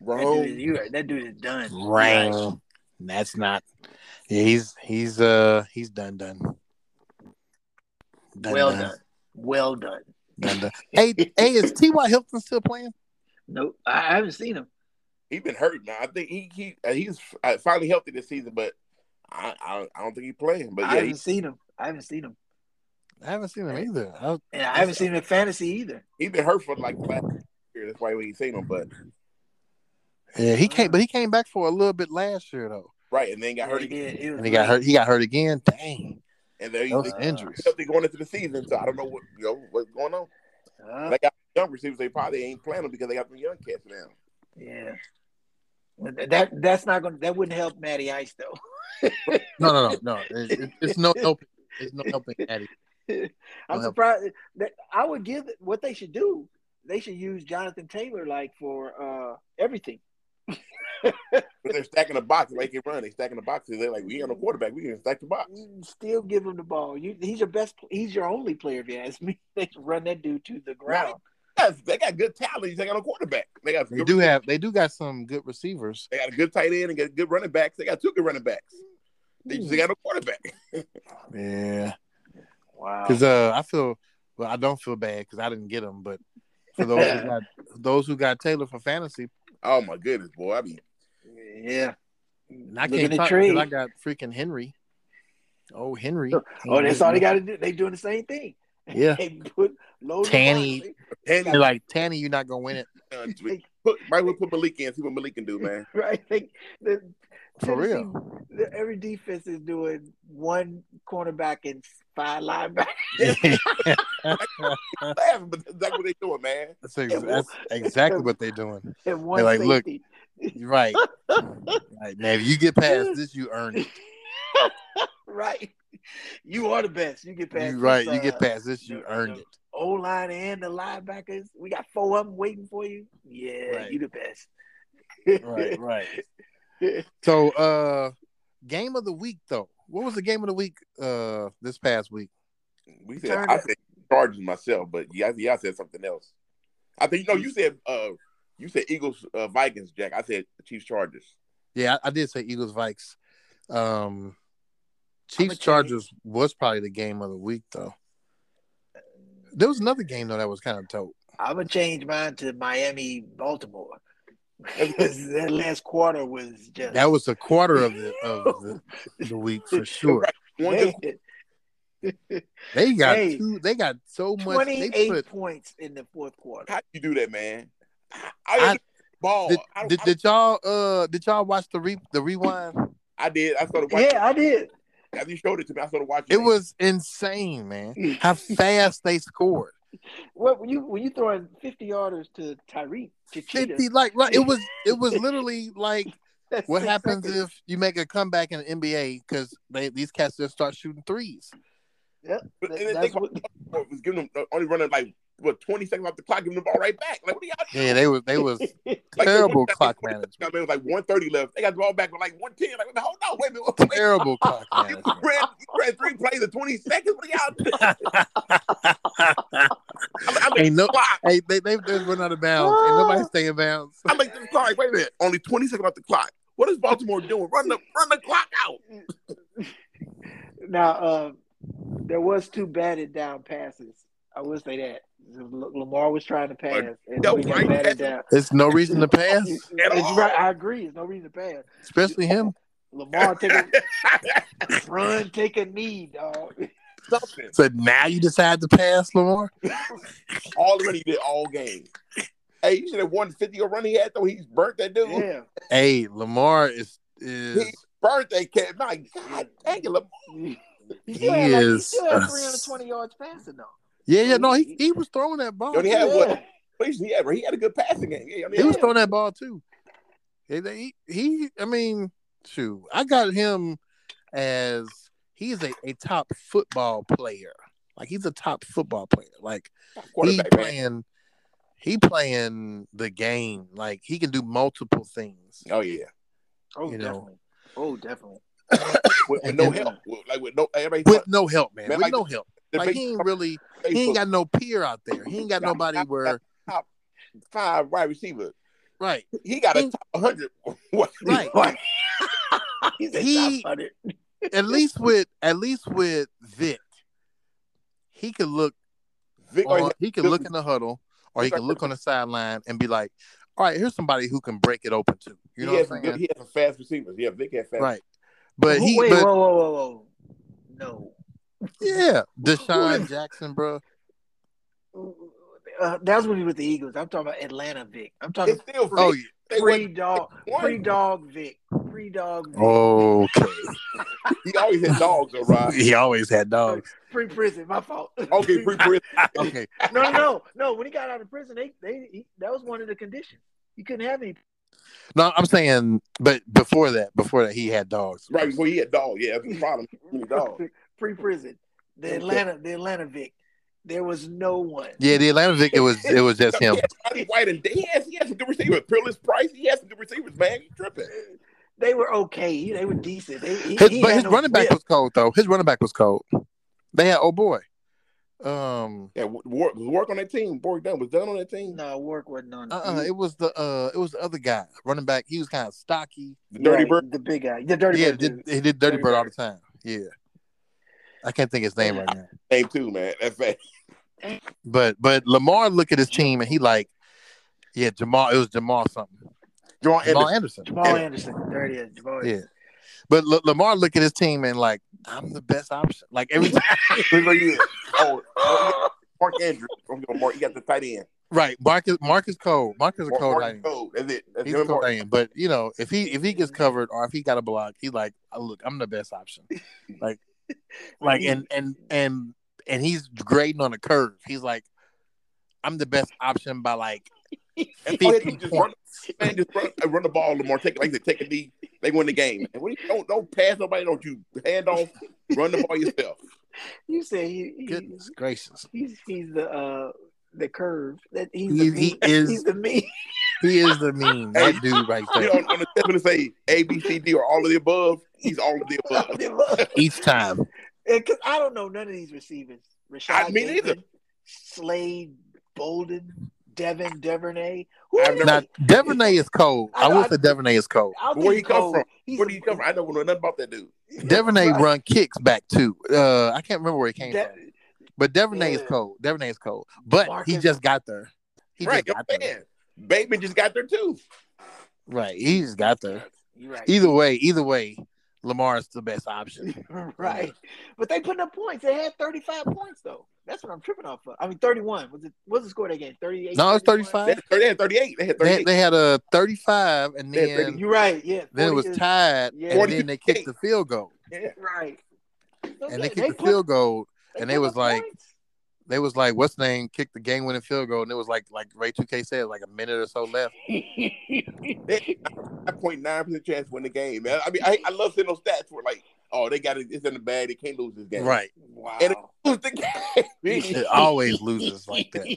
S3: wrong.
S2: you are- that dude is done. Right.
S1: Ram. That's not. Yeah, he's he's uh he's done done. Done,
S2: Well done. Well done.
S1: done, done. hey, hey, is T. Y. Hilton still playing?
S2: Nope. I, I haven't seen him.
S3: He's been hurt now. I think he he uh, he's uh, finally healthy this season, but I I, I don't think he's playing. But
S2: I
S3: yeah,
S2: haven't
S3: he,
S2: seen him. I haven't seen him.
S1: I haven't seen him either. I,
S2: And I haven't seen him in fantasy either.
S3: he's been hurt for like the last year. That's why we ain't seen him. But
S1: yeah, he came, but he
S2: Mm-hmm.
S1: came back for a little bit last year though,
S3: right, and then got hurt
S2: He
S3: again.
S2: did. It was
S1: and he got
S2: late.
S1: hurt. He got hurt again. Dang,
S3: And there he's
S1: those
S2: Uh,
S1: injuries.
S3: healthy going into the season. So I don't know what you know what's going on.
S2: Huh?
S3: They got young receivers. They probably ain't playing them because they got some young cats now.
S2: yeah. But That that's not gonna that wouldn't help Matty Ice though.
S1: No, no, no, no. It's, it's- it's no helping. It's no helping Eddie.
S2: I'm
S1: Well-
S2: surprised that I would give what they should do. They should use Jonathan Taylor like for uh, everything.
S3: But they're stacking the box. They can run. They stacking the boxes. They're like, we ain't no quarterback. We can stack the box.
S2: You Still give him the ball. You, he's your best. He's your only player. If you ask me, they should run that dude to the ground.
S3: Yes, they got good talent. They got no quarterback. They got
S1: They do have. They do got some good receivers.
S3: They got a good tight end and got good running backs. They got two good running backs. They
S2: Hmm.
S3: just got no quarterback.
S1: Yeah.
S2: Wow.
S1: Because uh, I feel well, I don't feel bad because I didn't get him. But for those who got those who got Taylor for fantasy,
S3: Oh my goodness, boy! I mean,
S2: Yeah.
S1: and I
S2: Look at
S1: can't
S2: the
S1: talk
S2: trade.
S1: because I got freaking Henry. Oh Henry!
S2: Oh, that's all they got to do. They doing the same thing.
S1: Yeah,
S2: They put load the
S1: Tanny.
S2: box.
S3: Tanny,
S1: They're like Tanny, you're not gonna win it
S3: uh, we put, might we put Malik in? See what Malik can do, man.
S2: right? Like the,
S1: for
S2: Tennessee,
S1: real.
S2: the- every defense is doing one cornerback and five linebackers.
S3: Laughing, but that's what they doing, man.
S1: That's, ex- that's exactly what they're doing.
S2: And one
S1: like, look,
S2: safety.
S1: You're right. right. Now, if you get past this, you earn it.
S2: right. You are the best. You get past.
S1: You right. You get past this, you
S2: no,
S1: earned
S2: no.
S1: it.
S2: O line and the linebackers. We got four of them waiting for you. Yeah,
S1: Right.
S2: you the best.
S1: Right. Right. So, uh, game of the week though. What was the game of the week uh this past week?
S3: We said I said Chargers myself, but yeah, y'all said something else. I think you know you said uh you said Eagles uh, Vikings, Jack. I said Chiefs Chargers.
S1: Yeah, I, I did say Eagles Vikes. Um
S2: I'ma
S1: Chiefs
S2: tell you-
S1: Chargers was probably the game of the week though. There was another game though that was kind of dope.
S2: I'm gonna change mine to Miami Baltimore. 'Cause that last quarter was just
S1: That was a quarter of the of the, the week for sure.
S3: One
S2: They-
S3: good-
S1: They got
S2: Hey.
S1: two, they got so much they
S2: 28
S1: put
S2: points in the fourth quarter.
S3: how you do that, man? I, I didn't ball.
S1: did,
S3: Oh, I,
S1: did,
S3: I,
S1: did y'all uh did y'all watch the re the rewind?
S3: I did. I started watching.
S2: Yeah, I did.
S3: After you showed it to me, I started watching.
S1: It was insane, man. How fast they scored.
S2: Well, when you when you throwing fifty yarders to Tyreek to Cheetah,
S1: Fifty, like, like it was, it was literally like
S2: that's
S1: what
S2: six
S1: happens
S2: seconds.
S1: if you make a comeback in the NBA because they these cats just start shooting threes.
S3: But- and
S2: That-
S3: then
S2: that's
S3: think
S2: what,
S3: about it, was giving them uh, only running like what twenty seconds off the clock, giving the ball right back. Like what are y'all doing?
S1: Yeah, they was they was
S3: Like, they
S1: terrible
S3: went back
S1: clock
S3: and forth.
S1: management.
S3: I mean, it was like one thirty left. They got the ball back with like one ten. Like no, no, wait a minute. Wait,
S1: Terrible clock
S3: you
S1: management.
S3: ran, you ran three plays in twenty seconds. What are y'all doing? I'm, I'm,
S1: Ain't no,
S3: why?
S1: hey, they they just went out of bounds. Ain't nobody staying in bounds.
S3: I'm like, sorry, wait a minute. Only 20 seconds off the clock. What is Baltimore doing? Run the run the clock out.
S2: now uh, there was two batted down passes. I will say that L- Lamar was trying to pass and
S3: that
S2: we
S3: was
S2: got
S3: right.
S2: batted down.
S1: It's no reason to pass,
S2: It's
S3: At all.
S2: right. I agree. There's no reason to pass.
S1: especially him.
S2: Lamar take a run, take a knee, dog.
S3: Something.
S1: So now you decide to pass, Lamar.
S3: All the run he did all game. Hey, you should have won 50 or run he had though. He's burnt that dude.
S2: Yeah,
S1: Hey, Lamar is is
S3: He burnt that cat. My God dang it, Lamar.
S2: he
S1: He
S2: still had, like, he
S1: is
S2: still had
S1: a-
S2: 320 yards passing though.
S1: yeah yeah no he, he was throwing that ball.
S3: Don't he
S1: He
S3: have-
S1: was
S3: what? Please, he had, he had a good passing game. Yeah, I mean,
S2: Yeah.
S1: throwing that ball too. He, he he- I mean shoot I got him as he's a, a top football player like he's a top football player like he
S3: quarterback, man.
S1: playing he playing the game like he can do multiple things.
S3: Oh yeah,
S2: Oh,
S1: You know.
S2: definitely. Oh, definitely.
S3: with, with
S1: And
S3: no
S1: then- uh,
S3: help, With- like with no everybody.
S1: With no help, man.
S3: Man,
S1: With
S3: like-
S1: no help.
S3: the
S1: Like he ain't really,
S3: base-
S1: he ain't got no peer out there. He ain't got
S3: Nah,
S1: nobody
S3: nah,
S1: where,
S3: five wide receiver.
S1: right?
S3: He got a
S1: He-
S3: top 100. What?
S1: Right.
S2: He's at
S1: He-
S2: 500.
S1: At least with, at least with Vic, he could look,
S3: Vic oh,
S1: on-
S3: always
S1: he could look in the huddle, or he could look on the sideline and be like, "All right, here's somebody who can break it open too." You know
S3: he,
S1: what
S3: has
S1: I'm
S3: some good,
S1: saying?
S3: he has some fast receivers. Yeah, Vic has fast.
S1: Right. But
S2: Who-
S1: he,
S2: wait,
S1: but
S2: whoa, whoa, whoa, whoa. No.
S1: yeah, Deshaun
S2: is-
S1: Jackson, bro.
S2: Uh, that's when he was with the Eagles. I'm talking about Atlanta Vic. I'm talking
S3: It's still
S1: Oh,
S3: Vic.
S1: yeah.
S3: They
S2: pre
S3: went-
S2: dog,
S3: one.
S2: pre dog Vic, pre dog
S1: Oh,
S2: Vic,
S1: okay.
S3: he always had dogs though, Rod.
S1: He always had dogs.
S2: pre prison. My fault.
S3: Okay, pre prison.
S1: Okay,
S2: no, no, no, no. When he got out of prison, they they he, that was one of the conditions. He couldn't have any.
S1: no, I'm saying, but before that, before that, he had dogs.
S3: Right before he had dogs. Yeah, that's the problem. He had dogs.
S2: Pre prison, the Atlanta, the Atlanta Vic. There was no one.
S1: Yeah, the Atlanta Vic, it was it was just
S3: He
S1: him.
S3: had Roddy White and he has he has some good receivers. Peerless Price, he has some good receivers, man. He's tripping.
S2: They were okay. He- They were decent. They, he,
S1: His,
S2: he
S1: but
S2: had
S1: his
S2: no
S1: running back
S2: rip.
S1: was cold though. His running back was cold. They had oh boy, um,
S3: Yeah, work was work on that team. Borg done was done on that team.
S2: no work wasn't on. it.
S1: uh, uh it was the uh, it was the other guy running back. He was kind of stocky.
S3: The Dirty
S2: Right,
S3: Bird.
S2: the big guy, the dirty
S1: yeah,
S2: bird.
S1: did,
S2: dude.
S1: he did Dirty
S2: Dirty
S1: Bird all the time. Yeah, I can't think his name right now.
S3: Name too, man. That's fact.
S1: But but Lamar look at his team and he like, yeah, Jamal. It was Jamal something.
S3: Jamal
S1: Jamal Anderson.
S3: Anderson.
S2: Jamal
S1: Yeah.
S2: Anderson. There it is. Jamal
S1: Yeah. But La- Lamar look at his team and like, I'm the best option. Like every time,
S3: Who's right here? Oh, oh, yeah. Mark Andrews. I'm going Mark. You got the tight end.
S1: right? Marcus Marcus Cole. Marcus is a
S3: Mark,
S1: cold
S3: Mark
S1: tight end.
S3: Cole. That's it. That's
S1: He's a
S3: him and
S1: cool
S3: Mark.
S1: thing, but you know, if he if he gets covered or if he got a block, he like, oh, look, I'm the best option. Like, like, and and and and he's grading on a curve. He's like, I'm the best option by like
S3: And
S1: 50
S3: all Oh, they do is just run,
S1: points.
S3: man, just run, uh, run the ball, Lamar. Take like they take a knee, they win the game. And what do you, don't don't pass nobody. Don't you hand off, run the ball yourself.
S2: You say he, he-
S1: Goodness gracious,
S2: he's he's the uh the curve that he's
S1: he,
S2: the
S1: he
S2: mean- he's
S1: is
S2: the me.
S1: he is the mean that dude right
S3: You know,
S1: there.
S3: on, on the tip to say A, B, C, D, or all of the above. He's all of the above.
S1: Each time,
S2: Because I don't know none of these receivers. Rashad
S3: I- me neither.
S2: Bateman, Slade, Bolden, Devin, Devernay. Who
S3: I've
S2: are they?
S1: now Devonay is cold. I will say Devonay is cold.
S2: I'll
S3: Where
S2: take
S3: he come
S2: Cole.
S3: from?
S2: He's
S3: Where
S2: a-
S3: do you come from? I don't know nothing about that dude.
S1: Devonay
S2: Right.
S1: run kicks back too. Uh, I can't remember where he came
S2: De-
S1: from. But Devonay is
S2: Yeah.
S1: cold. Devonay is cold. But he
S2: Marcus-
S1: just got there. He
S3: right,
S1: just got
S3: your
S1: there.
S3: man. Bateman just got there too.
S1: Right. He just got there.
S2: You're right.
S1: Either way, either way, Lamar is the best option.
S2: right. But they putting up points. They had 35 points though. That's what I'm tripping off of. I mean 31. Was it what's the score they game? 38.
S1: No, it's
S2: 31?
S3: They
S1: 35.
S3: had, they had 38. They had
S1: They,
S3: 38.
S1: they had a 35, and
S3: They had
S1: then,
S2: You're right. Yeah.
S1: then it was
S2: 40 is-
S1: tied,
S2: Yeah.
S1: and then they kicked the field goal.
S3: yeah.
S2: Right.
S1: and they kicked the field goal, and they was like, they was like, what's name kicked the game winning field goal, and it was like, like Ray Two K said, like a minute or so left.
S3: Nine point nine percent chance to win the game, man. I mean, I, I love seeing those stats where like, oh, they got it. It's in the bag. They can't lose this game.
S1: Right,
S2: wow.
S3: And Lose the game.
S1: it always loses like that.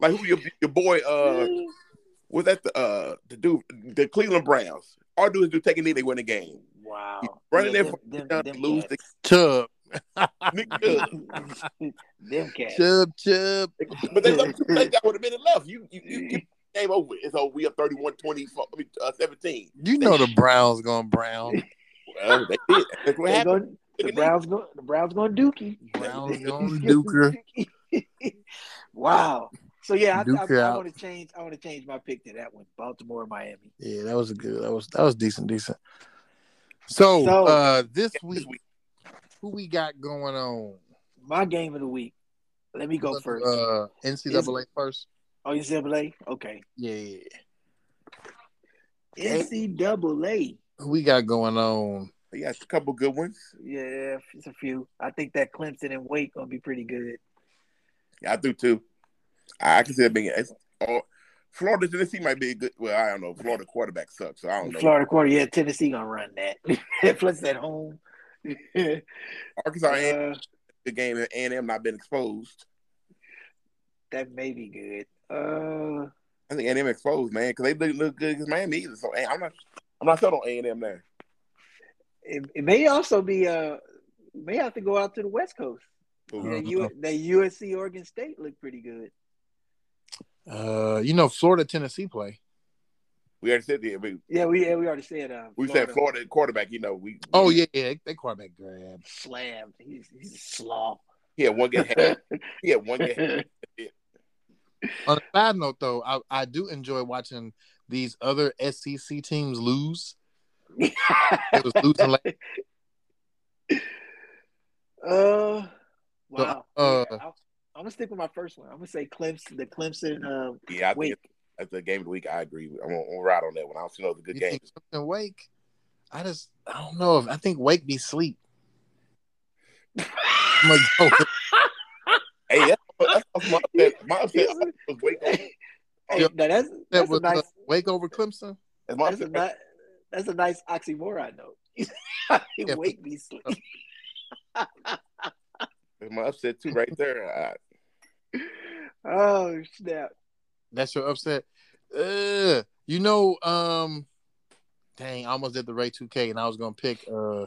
S3: like who your your boy? Uh, was that the uh the dude the Cleveland Browns? All dudes do take a knee, they win the game.
S2: wow.
S3: Running
S2: Yeah,
S3: there for
S2: them, them,
S3: down, they
S2: them
S3: lose the
S1: Chubb,
S3: Nick Chubb.
S2: cats. them cats.
S1: Chubb, Chubb.
S3: But they left two plays that would have been left. You you, you, you game over. And so we up 31 20, I mean, uh, 17.
S1: You know the Browns going brown.
S3: Well, they did. That's what
S2: They
S3: happened.
S2: gonna- the Browns going the Browns going Dookie.
S1: Browns going Duker.
S2: wow. So yeah, I, I,
S1: Duker
S2: I
S1: out.
S2: want to change. I want to change my pick to that one: Baltimore, and Miami.
S1: Yeah, that was a good. That was that was decent, decent. So,
S2: So-
S1: uh this
S3: This
S1: week, who we got going on?
S2: My game of the week. Let me go first.
S1: Uh, NCAA first.
S2: oh, NCAA. Okay.
S1: Yeah, yeah.
S2: NCAA.
S1: Who we got going on?
S3: They got a couple good ones.
S2: Yeah, it's a few. I think that Clemson and Wake gonna be pretty good.
S3: Yeah, I do too. I, I can see that being it's, oh, Florida Tennessee might be a good. Well, I don't know. Florida quarterback sucks, so I
S1: Oh,
S3: don't know.
S2: Florida quarter. Yeah, Tennessee gonna run that. Plus at home.
S3: Arkansas and
S2: Uh,
S3: the game and A&M not been exposed.
S2: that may be good. Uh,
S3: I think A&M exposed, man, because they didn't look good against Miami either. So hey, I'm not. I'm not sold on A&M there.
S2: it, it may also be. Uh, may have to go out to the West Coast.
S3: Ooh.
S2: Yeah,
S3: uh,
S2: U- that USC Oregon State looked pretty good.
S1: Uh, you know Florida Tennessee play.
S3: We already said that. We,
S2: Yeah, we yeah, we already said. Uh,
S3: we said Florida quarterback. You know, we.
S1: Oh yeah, yeah. They quarterback grab.
S2: slammed. He's, he's a slob.
S3: He had one game. he had one game.
S1: On a side note, though, I, I do enjoy watching these other SEC teams lose. It was losing like
S2: Uh, wow.
S1: uh,
S2: I, am gonna stick with my first one. I'm gonna say Clemson, the Clemson. Um,
S3: Yeah, I think
S2: wait,
S3: that's the game of the week. I agree. I'm on, on right on that one. I don't see no other good
S1: you think
S3: games.
S1: Clemson Wake. I just I don't know if I think Wake be sleep. I'm gonna go with-
S3: Hey, that's, that's, that's my upset. My upset
S2: He's-
S3: was Wake.
S2: hey,
S1: Yo,
S2: now that's
S1: that
S2: that's a
S1: was uh,
S2: nice
S1: Wake over Clemson.
S3: That's my
S2: that's a
S3: upset.
S2: nice that's a nice oxymoron though.
S1: but-
S2: Wake me sleep.
S3: That's my upset too, right there. I,
S2: Oh snap!
S1: That's your upset. Uh, you know, um, dang, I almost did the Ray 2K, and I was gonna pick uh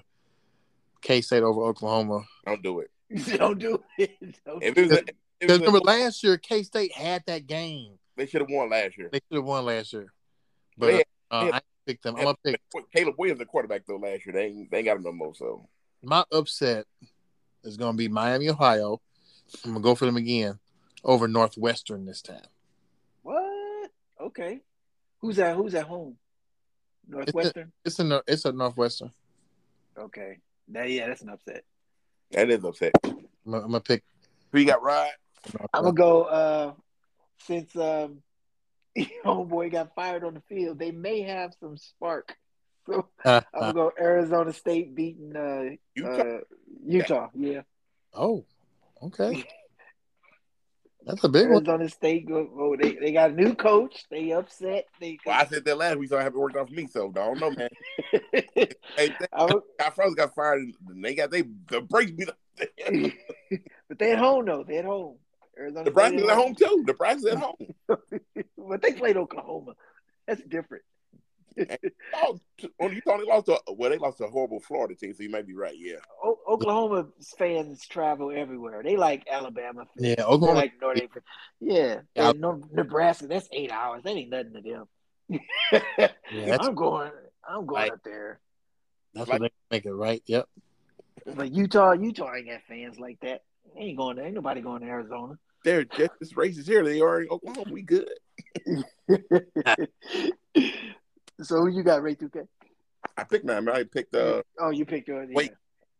S1: K State over Oklahoma.
S3: don't do it.
S2: Don't do it. Don't
S3: If
S2: do
S3: it was, if it
S1: Because
S3: was-
S1: remember last year, K State had that game.
S3: they should have won last year.
S1: They should have won last year, but
S3: But
S1: uh,
S3: yeah.
S1: I picked them. I'm gonna pick
S3: Caleb Williams, the quarterback though, last year they ain't, they ain't got him no more. So
S1: my upset is gonna be Miami, Ohio. I'm gonna go for them again over Northwestern this time.
S2: What? Okay. Who's at Who's at home? Northwestern.
S1: It's a Nor- it's a Northwestern.
S2: Okay. That, yeah, that's an upset.
S3: that is upset.
S1: I'm gonna, I'm gonna pick.
S3: Who you got,
S1: Uh,
S3: Rod?
S2: I'm gonna go. Uh, since um, homeboy got fired on the field, they may have some spark. So
S1: Uh,
S2: I'm gonna go Arizona State beating uh,
S3: You talk-
S2: uh Utah. Yeah,
S1: oh, okay. That's a big one.
S2: Arizona State. Go, oh, they they got a new coach. They upset. They.
S3: Well, I said that last week, so I haven't worked out for me. So I don't know, man. Hey, they,
S2: I'm-
S3: I first got fired, and they got they the break beat. The
S2: but they at home though. They at home. Arizona. State
S3: Browns is at home too. The Browns is at home.
S2: but they played Oklahoma. That's different.
S3: Oh, t- well, you thought they lost to well, they lost to a horrible Florida team, so you might be right. Yeah,
S2: O- Oklahoma fans travel everywhere. They like Alabama. Fans.
S1: Yeah,
S2: They
S1: Oklahoma
S2: like Northern. Yeah.
S1: Yeah.
S2: And Nor- Nebraska. That's eight hours. That ain't nothing to them.
S1: Yeah, that's,
S2: I'm going. I'm going
S1: Like-
S2: up there.
S1: that's what they make it right. Yep.
S2: But Utah, Utah ain't got fans like that. They ain't going. There. Ain't nobody going to Arizona.
S3: they're just as racist here. They are in Oklahoma. We good.
S2: so who you got Ray 2K?
S3: I picked my man. I picked uh,
S2: oh, you picked yours. yeah.
S3: Wait,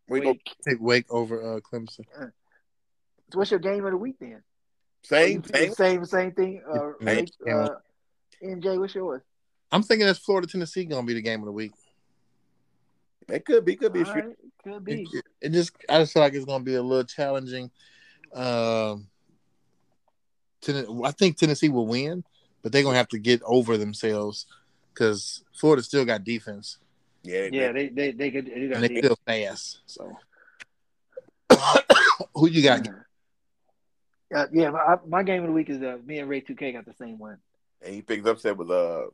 S3: we go
S2: Wait.
S1: Take Wake over uh, Clemson.
S2: So what's your game of the week then?
S3: same
S2: You-
S3: same.
S2: same, same thing. Uh,
S1: Same.
S2: Ray- uh, MJ, what's yours?
S1: I'm thinking that's Florida Tennessee gonna be the game of the week.
S3: It could be, could be.
S2: All right, Could be.
S1: It, it just I just feel like it's gonna be a little challenging. Um, Ten- I think Tennessee will win, but they're gonna have to get over themselves because Florida still got defense
S3: Yeah,
S2: Yeah, they they they could. They got
S1: and they
S2: the-
S1: still fast. So, who you got?
S2: Uh, yeah, my, I- my game of the week is uh, me and Ray 2K got the same one.
S3: And he picks upset with uh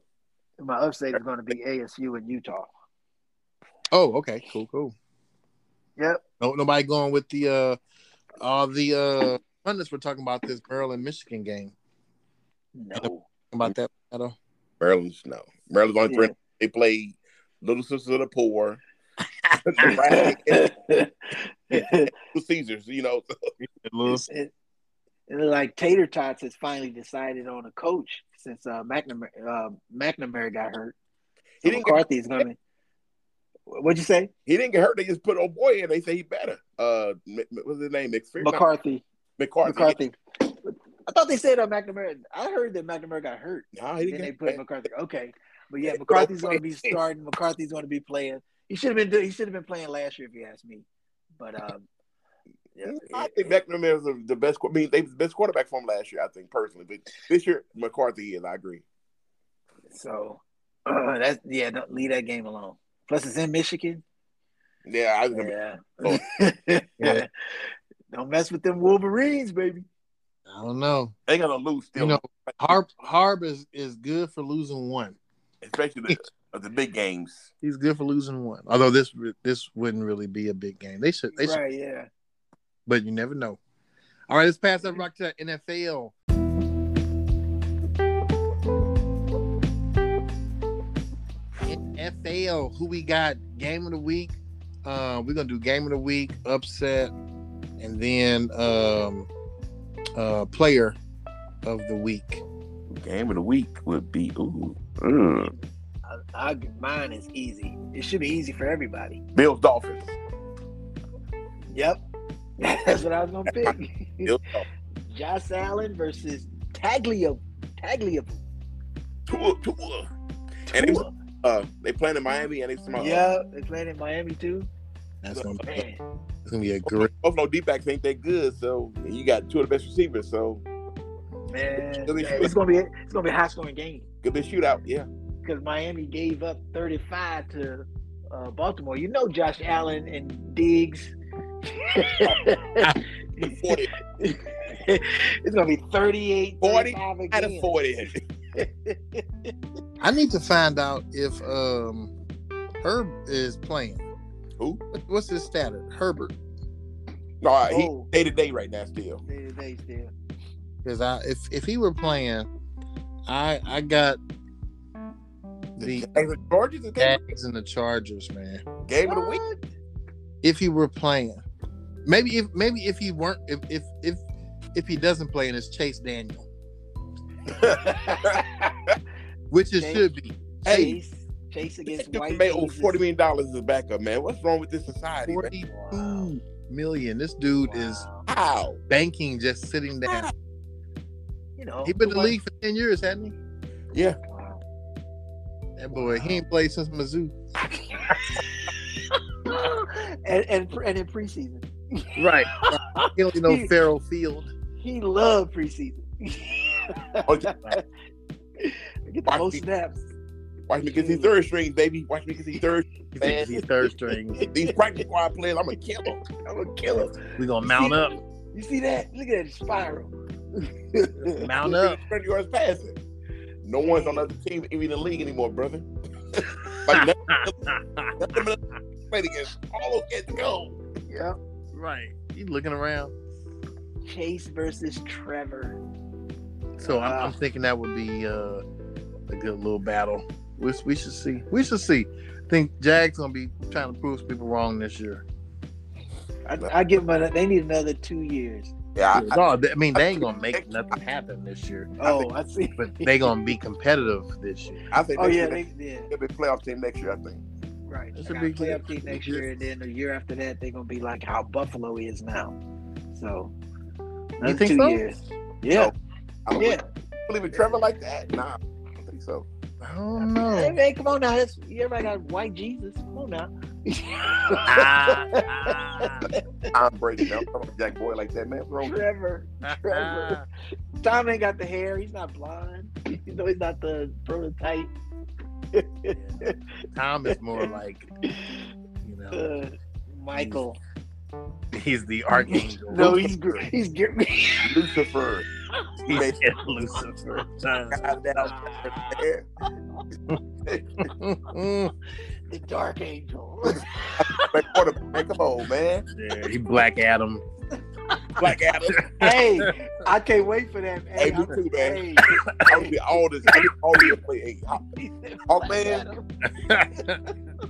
S2: My upset is going to be ASU and Utah.
S1: Oh, okay, cool, cool.
S2: Yep.
S1: No, nobody going with the uh, all the uh pundits were talking about this Maryland Michigan game
S2: No.
S1: about that at all.
S3: Maryland's no. Maryland's only three.
S2: Yeah.
S3: They play Little Sisters of the Poor. Nebraska and Little Caesars, you know. so-
S2: it, it look like Tater Tots has finally decided on a coach since uh, McNamara, uh, McNamara got hurt.
S3: He
S2: So
S3: didn't get-
S2: McCarthy's going to. What'd you say?
S3: He didn't get hurt. They just put old boy in. They say he better. Uh, M- M- what's his name? McPherson?
S2: McCarthy.
S3: McCarthy.
S2: McCarthy. I thought they said uh, McNamara. I heard that McNamara got hurt.
S3: Nah, he
S2: Then
S3: didn't
S2: they
S3: get
S2: put
S3: hurt.
S2: McCarthy. Okay, but yeah,
S3: They put
S2: McCarthy's
S3: old
S2: going to
S3: boy
S2: be
S3: in.
S2: starting. McCarthy's going to be playing. He should have been. doing- He should have been playing last year, if you ask me. But um, yeah,
S3: I think McNamara is the best. qu- I mean, they was the best quarterback for him last year. I think personally, but this year McCarthy is. I agree.
S2: so uh, that's yeah. Don't leave that game alone. Plus, it's in Michigan.
S3: Yeah, I was gonna be-
S2: Yeah.
S3: Oh.
S1: Yeah.
S2: Don't mess with them Wolverines, baby.
S1: I don't know.
S3: they gonna lose still,
S1: You know, Harb Harb is is good for losing one.
S3: especially the, of the big games.
S1: He's good for losing one. Although this re- this wouldn't really be a big game. They should they should,
S2: Right? Yeah.
S1: but you never know. All right, let's pass that rock to the NFL. NFL, who we got? Game of the week. Uh, we're gonna do game of the week, upset, and then um, uh, player of the week.
S3: Game of the week would be ooh,
S2: I, I, mine is easy. It should be easy for everybody.
S3: Bills Dolphins.
S2: Yep. That's what I was gonna pick.
S3: Bills Dolphins.
S2: Josh Allen versus Taglio. Taglio.
S3: Tua, Tua. And uh, they,
S2: Tua.
S3: uh, they playing in Miami and they smile.
S2: Yeah, they playing in Miami too.
S1: That's gonna be,
S2: Man,
S1: that's gonna be a great.
S3: Buffalo D backs ain't that good, so and you got two of the best receivers, so
S2: man,
S3: Really
S2: it's gonna be it's gonna be a high scoring game
S3: could be a shootout. Yeah,
S2: because Miami gave up 35 to uh, Baltimore. You know, Josh Allen and Diggs.
S3: forty
S2: it's gonna be 38
S3: 40
S2: 35
S3: out
S2: again.
S3: of forty.
S1: I need to find out if um, Herb is playing.
S3: Who?
S1: What- What's his status? Herbert.
S3: No, he
S2: Oh.
S3: day to day right now still.
S2: They- they still-
S1: Because I if if he were playing, I I got
S3: The
S1: the
S3: Chargers is game,
S1: Jags and the Chargers, man.
S3: game of the week.
S2: What?
S1: If he were playing, maybe if maybe if he weren't if if if if he doesn't play and it's Chase Daniel, which it
S2: Chase-
S1: should be.
S3: hey,
S2: Chase, Chase
S3: this
S2: against
S3: dude
S2: White.
S3: made over
S2: Jesus.
S3: forty million dollars as a backup, man. What's wrong with this society? Man?
S1: Forty-two million. This dude is
S2: Wow.
S3: How?
S1: banking just sitting down.
S2: you know
S1: He been in the
S2: one-
S1: league for ten years, hadn't he?
S3: Yeah,
S2: Wow.
S1: That boy, he ain't played since Mizzou.
S2: and, and and in preseason,
S1: Right. he don't know Farrell Field.
S2: he loved preseason.
S3: Oh, yeah.
S2: Get the most snaps.
S3: watch me get these third string, baby. Watch me get these third.
S1: He thinks he's third string.
S3: These practice squad players, I'm gonna kill them. I'm gonna kill them.
S1: We gonna
S2: mount
S1: mount
S2: up.
S1: up.
S2: You see that? Look at that spiral.
S1: Mount up.
S3: Thirty yards passing. No one's on the other team, even in the league anymore, brother. like nothing, nothing but played against all those kids go.
S2: Yep.
S1: right. He's looking around.
S2: Chase versus Trevor.
S1: So I'm, I'm
S2: Wow.
S1: thinking that would be uh, a good little battle. We, we should see. We should see. I think Jag's gonna be trying to prove some people wrong this year.
S2: I, I give them. They need another two years.
S3: Yeah, I,
S1: no, I, I mean oh, they ain't gonna make nothing happen this year,
S2: Oh, I, see.
S1: but they gonna be competitive this year.
S3: I think
S2: Oh
S3: next
S2: yeah,
S3: year
S2: they, yeah,
S3: they'll be a playoff team next year. I think.
S2: right.
S1: That's
S2: It's
S1: a
S2: a
S1: big
S2: big
S1: deal.
S2: playoff team next year, and then the year after that, they're gonna be like how Buffalo is now. So, another
S1: think
S2: two
S1: so?
S2: years. Yeah,
S3: I don't
S2: yeah.
S3: believe in Trevor like that. Nah, I don't think so.
S1: I don't
S2: Hey
S1: know.
S2: man, come on now. That's, everybody got white Jesus. Come on now.
S1: Ah, ah,
S3: Tom Brady, man. I'm talking about Jack Boy like that, man. What's wrong with
S2: Trevor.
S1: ah.
S2: Trevor. Tom ain't got the hair. He's not blind. You know, he's not the prototype.
S1: Tom is more like, you know,
S2: Uh, Michael.
S1: he's the archangel.
S2: No, he's gr- he's gr-
S3: you? Lucifer.
S1: he's Lucifer.
S3: God down there.
S1: Mm,
S2: the Dark Angel.
S3: Like, what a- man, come on, man.
S1: yeah, he Black Adam.
S3: Black Adam.
S2: hey, I can't wait for that. Hey,
S3: Hey, me
S2: I'm-
S3: too, man.
S2: hey,
S3: I need all this. I need all this play. Hey, Hawk- Oh, Hawkman.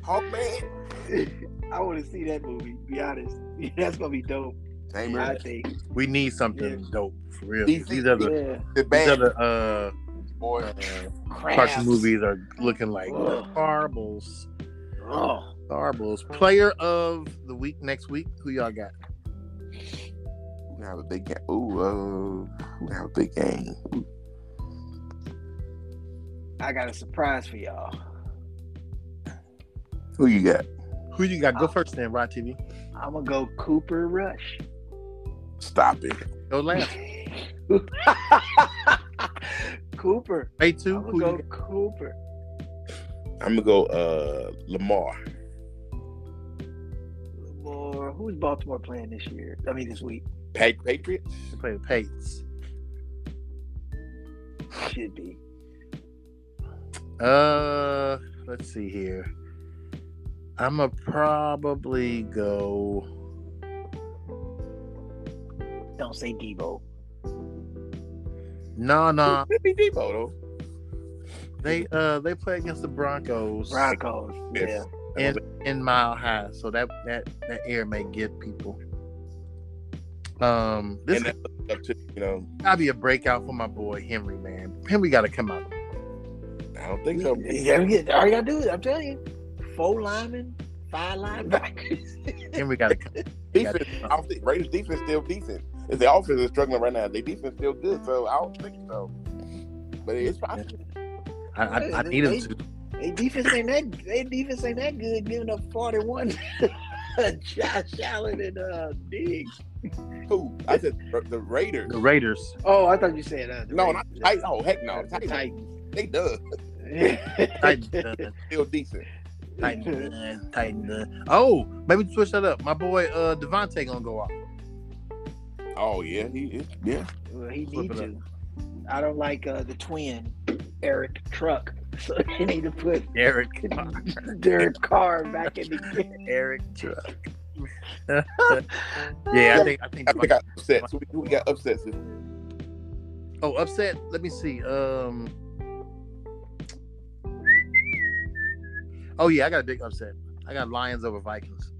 S3: Hawkman.
S2: I want to see that movie. Be honest, that's gonna be dope.
S3: Same
S2: I
S3: here.
S2: think.
S1: We need something dope for real. 'cause
S3: These-
S1: These other,
S2: Yeah.
S3: The
S1: these
S3: band,
S1: other uh,
S3: boy.
S2: Crabs.
S1: cartoon movies are looking like
S2: Ugh.
S1: horribles.
S2: Oh,
S1: Horribles. Player of the week next week. Who y'all got?
S3: We have a big game. Ooh, uh, we have a big game.
S2: I got a surprise for y'all.
S3: Who you got?
S1: Who you got? Go
S2: Oh.
S1: first then, Rod TV.
S2: I'm gonna go Cooper Rush.
S3: Stop it.
S1: Go last.
S2: Cooper.
S1: Pay
S2: I'm
S1: two.
S2: gonna
S1: Who
S2: go
S1: you
S2: Cooper.
S3: I'm gonna go uh Lamar.
S2: Or who's Baltimore playing this year? I mean, this week
S3: Pa- Patriots?
S1: got? Play the Pates.
S2: should be.
S1: Uh, let's see here. I'm gonna probably go.
S2: Don't say Debo.
S1: No, no,
S3: It'd be Debo though.
S1: they uh they play against the Broncos
S2: Broncos.
S3: Yes.
S1: in in Mile High, so that that that air may get people. Um, this
S3: And that's up to you know,
S1: gotta be a breakout for my boy Henry, man. Henry gotta come out.
S3: I don't think
S2: Yeah.
S3: so.
S2: Yeah. we- All you gotta do is, I'm telling you, four linemen, five linebackers.
S1: Henry gotta come.
S3: Defense, I don't think Raiders defense still decent. If the offense is struggling right now, their defense still good, so I don't think so. But it's possible.
S1: I, I, I need him to.
S2: They defense ain't that. They defense ain't that good. Giving up forty one. Josh Allen and uh, Diggs.
S3: Who? I said the- the Raiders.
S1: The Raiders.
S2: Oh, I thought you said uh, the
S3: No, not
S2: Ravens.
S3: the Titans. Oh heck no.
S2: Uh,
S3: The
S2: the
S3: Titans,
S2: Titans.
S3: They does.
S1: Titans, uh,
S3: Still decent.
S1: Titans, uh, Titans. uh. Oh, maybe switch that up. My boy uh Devontae gonna go off.
S3: Oh yeah, he is yeah.
S2: Well, he
S1: Flip
S2: need
S1: it
S2: to. I don't like uh, the twin, Eric Truck. So they need to put
S1: Eric.
S2: Derek Carr back in the game.
S1: Eric Truck. yeah, I think I think.
S3: I think I got upsets. Who who we got upsets? in?
S1: oh, upset. Let me see. Um. Oh yeah, I got a big upset. I got Lions over Vikings.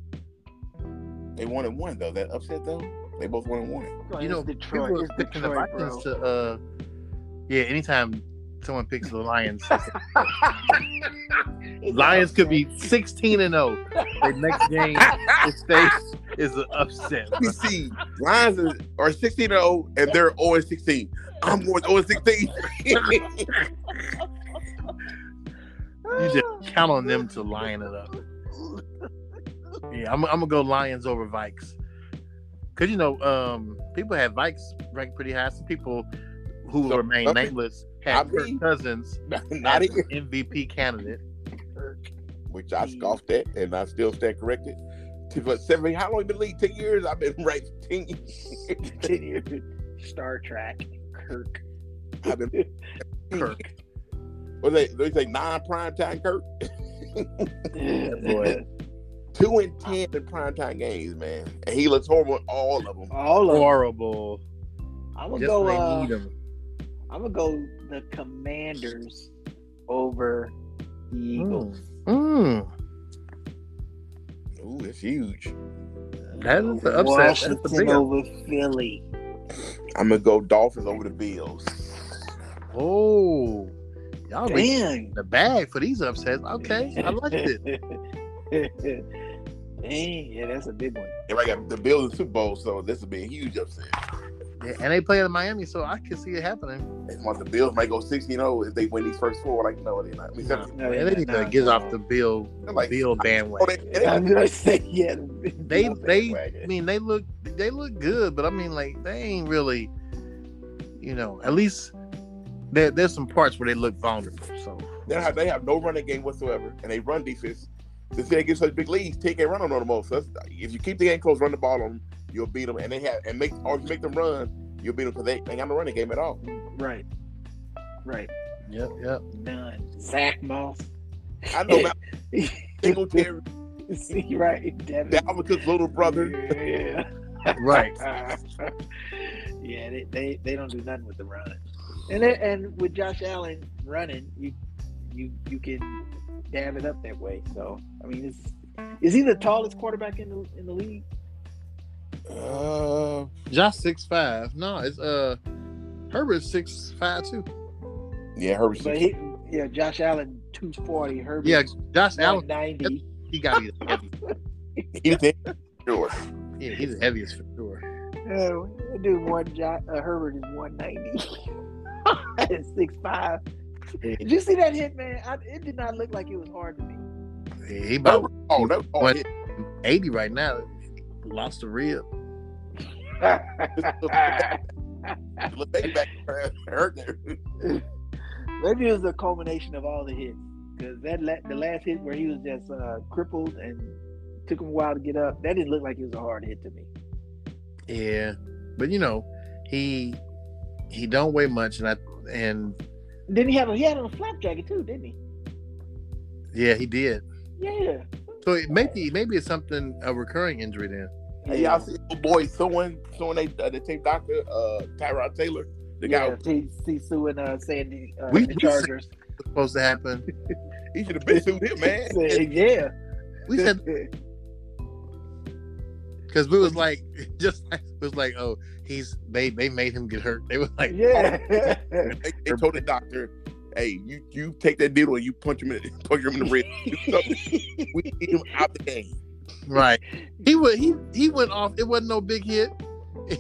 S3: They one and one though. That upset though? They both one and one.
S1: You know,
S2: it's Detroit.
S1: people are
S2: It's
S1: picking the
S2: Detroit,
S1: Vikings
S2: bro.
S1: to. Uh, yeah, anytime someone picks the Lions,
S2: He's
S1: Lions could be
S2: upset.
S1: sixteen and zero. Their next game is face is an upset.
S3: Let me see. Lions is- are 16 and 0 and they're 0 and 16. I'm going 0 and 16.
S1: You just count on them to line it up. Yeah, I'm, I'm gonna go Lions over Vikes. Cause you know, um, people had Vikes ranked pretty high. Some people who will
S3: So,
S1: remain
S3: okay.
S1: nameless
S3: I
S1: had Kirk
S3: mean-
S1: Cousins
S3: Not
S1: as
S3: even.
S1: an MVP candidate.
S3: Which I scoffed at and I still stand corrected. To what, seven, how long been in the league? 10 years? I've been right 10 years.
S2: Continue. Star Trek. Kirk.
S3: I've been,
S1: Kirk,
S3: what they, they say non prime time Kirk?
S1: boy.
S3: Two and 10 in prime time games, man. And he looks horrible in all of them.
S2: All of them.
S1: horrible.
S2: I'm
S1: Just
S2: gonna go.
S1: when
S2: Uh,
S1: they need him.
S2: I'm gonna go the Commanders over the Eagles.
S1: Mm. Mm.
S3: Ooh, it's huge.
S1: That is the upset. That's the
S2: Washington
S1: big up-
S2: over Philly.
S3: I'm going to go Dolphins over the Bills.
S1: Oh, y'all reaching
S2: Dang.
S1: the bag for these upsets. Okay, I like it.
S2: it. Dang, yeah, that's a big one.
S3: And I got the Bills in the Super Bowl, so this will be a huge upset.
S1: Yeah, and they play in Miami, so I can see it happening.
S3: They want the Bills might go 16 0 if they win these first four. Like, no, they're not. I mean,
S1: No,
S3: seven-
S2: No,
S1: man, they need
S2: no,
S1: to get
S2: no.
S1: off the Bill
S3: I'm like-
S1: Bill
S3: oh, they,
S1: bandwagon.
S3: they,
S2: I'm gonna say yeah.
S1: They they I
S3: bandwagon.
S1: mean they look they look good, but I mean like they ain't really you know, at least there, there's some parts where they look vulnerable. So
S3: they have, they have no running game whatsoever, and they run defense. Since they get such big leads, take a run on them most. That's, if you keep the game close, run the ball on them, you'll beat them. And they have and make or if you make them run, you'll beat them because they ain't got no running game at all.
S2: Right. Right.
S1: yep, yep.
S2: None. Zach Moss.
S3: I know Matt Singletary,
S2: See, right. Devin.
S3: Dalvin Cook's little brother.
S2: Yeah.
S1: Right.
S2: yeah, they, they, they don't do nothing with the run. And it, and with Josh Allen running, you you you can dab it up that way. So I mean it's is he the tallest quarterback in the in the league?
S3: Uh,
S1: Josh six five. No, it's uh Herbert's six five too.
S3: yeah, Herbert.
S2: But he, yeah, Josh Allen two forty, Herbert
S1: Yeah, Josh
S2: one
S1: Allen
S2: ninety.
S1: he gotta be the heaviest.
S3: He's in. Sure.
S1: Yeah, he's the heaviest for sure.
S2: Uh, dude, one jo- uh, Herbert is one ninety. six five.
S1: Yeah,
S2: Did you see that hit, man? I, it did not look like it was hard to me.
S1: he about
S3: Herbert- Oh, that, oh,
S1: But-
S3: yeah.
S1: eighty right now. Lost a rib.
S3: Look, they back hurt there.
S2: Maybe it was a culmination of all the hits. Because that la- the last hit where he was just uh, crippled and took him a while to get up, that didn't look like it was a hard hit to me.
S1: Yeah, but you know, he he don't weigh much, and I and
S2: Then he had a, he had on a flap jacket too, didn't he?
S1: yeah, he did.
S2: Yeah.
S1: So it, maybe maybe it's something a recurring injury then.
S3: Hey, y'all see oh boy, someone, someone they uh, the team doctor, uh, Tyrod Taylor, the guy
S2: yeah, T- T- Sue and uh, Sandy uh,
S1: We-
S2: the
S1: we
S2: Chargers.
S1: It's supposed to happen.
S3: he should have been suited, him, man.
S2: Said, yeah.
S1: We said because we was like just like it was like oh he's they they made him get hurt. They were like
S2: yeah.
S3: They, they told the doctor, "Hey, you you take that needle and you punch him in punch him in the rib. Do something. we need him out the game."
S1: right. He would he he went off. It wasn't no big hit.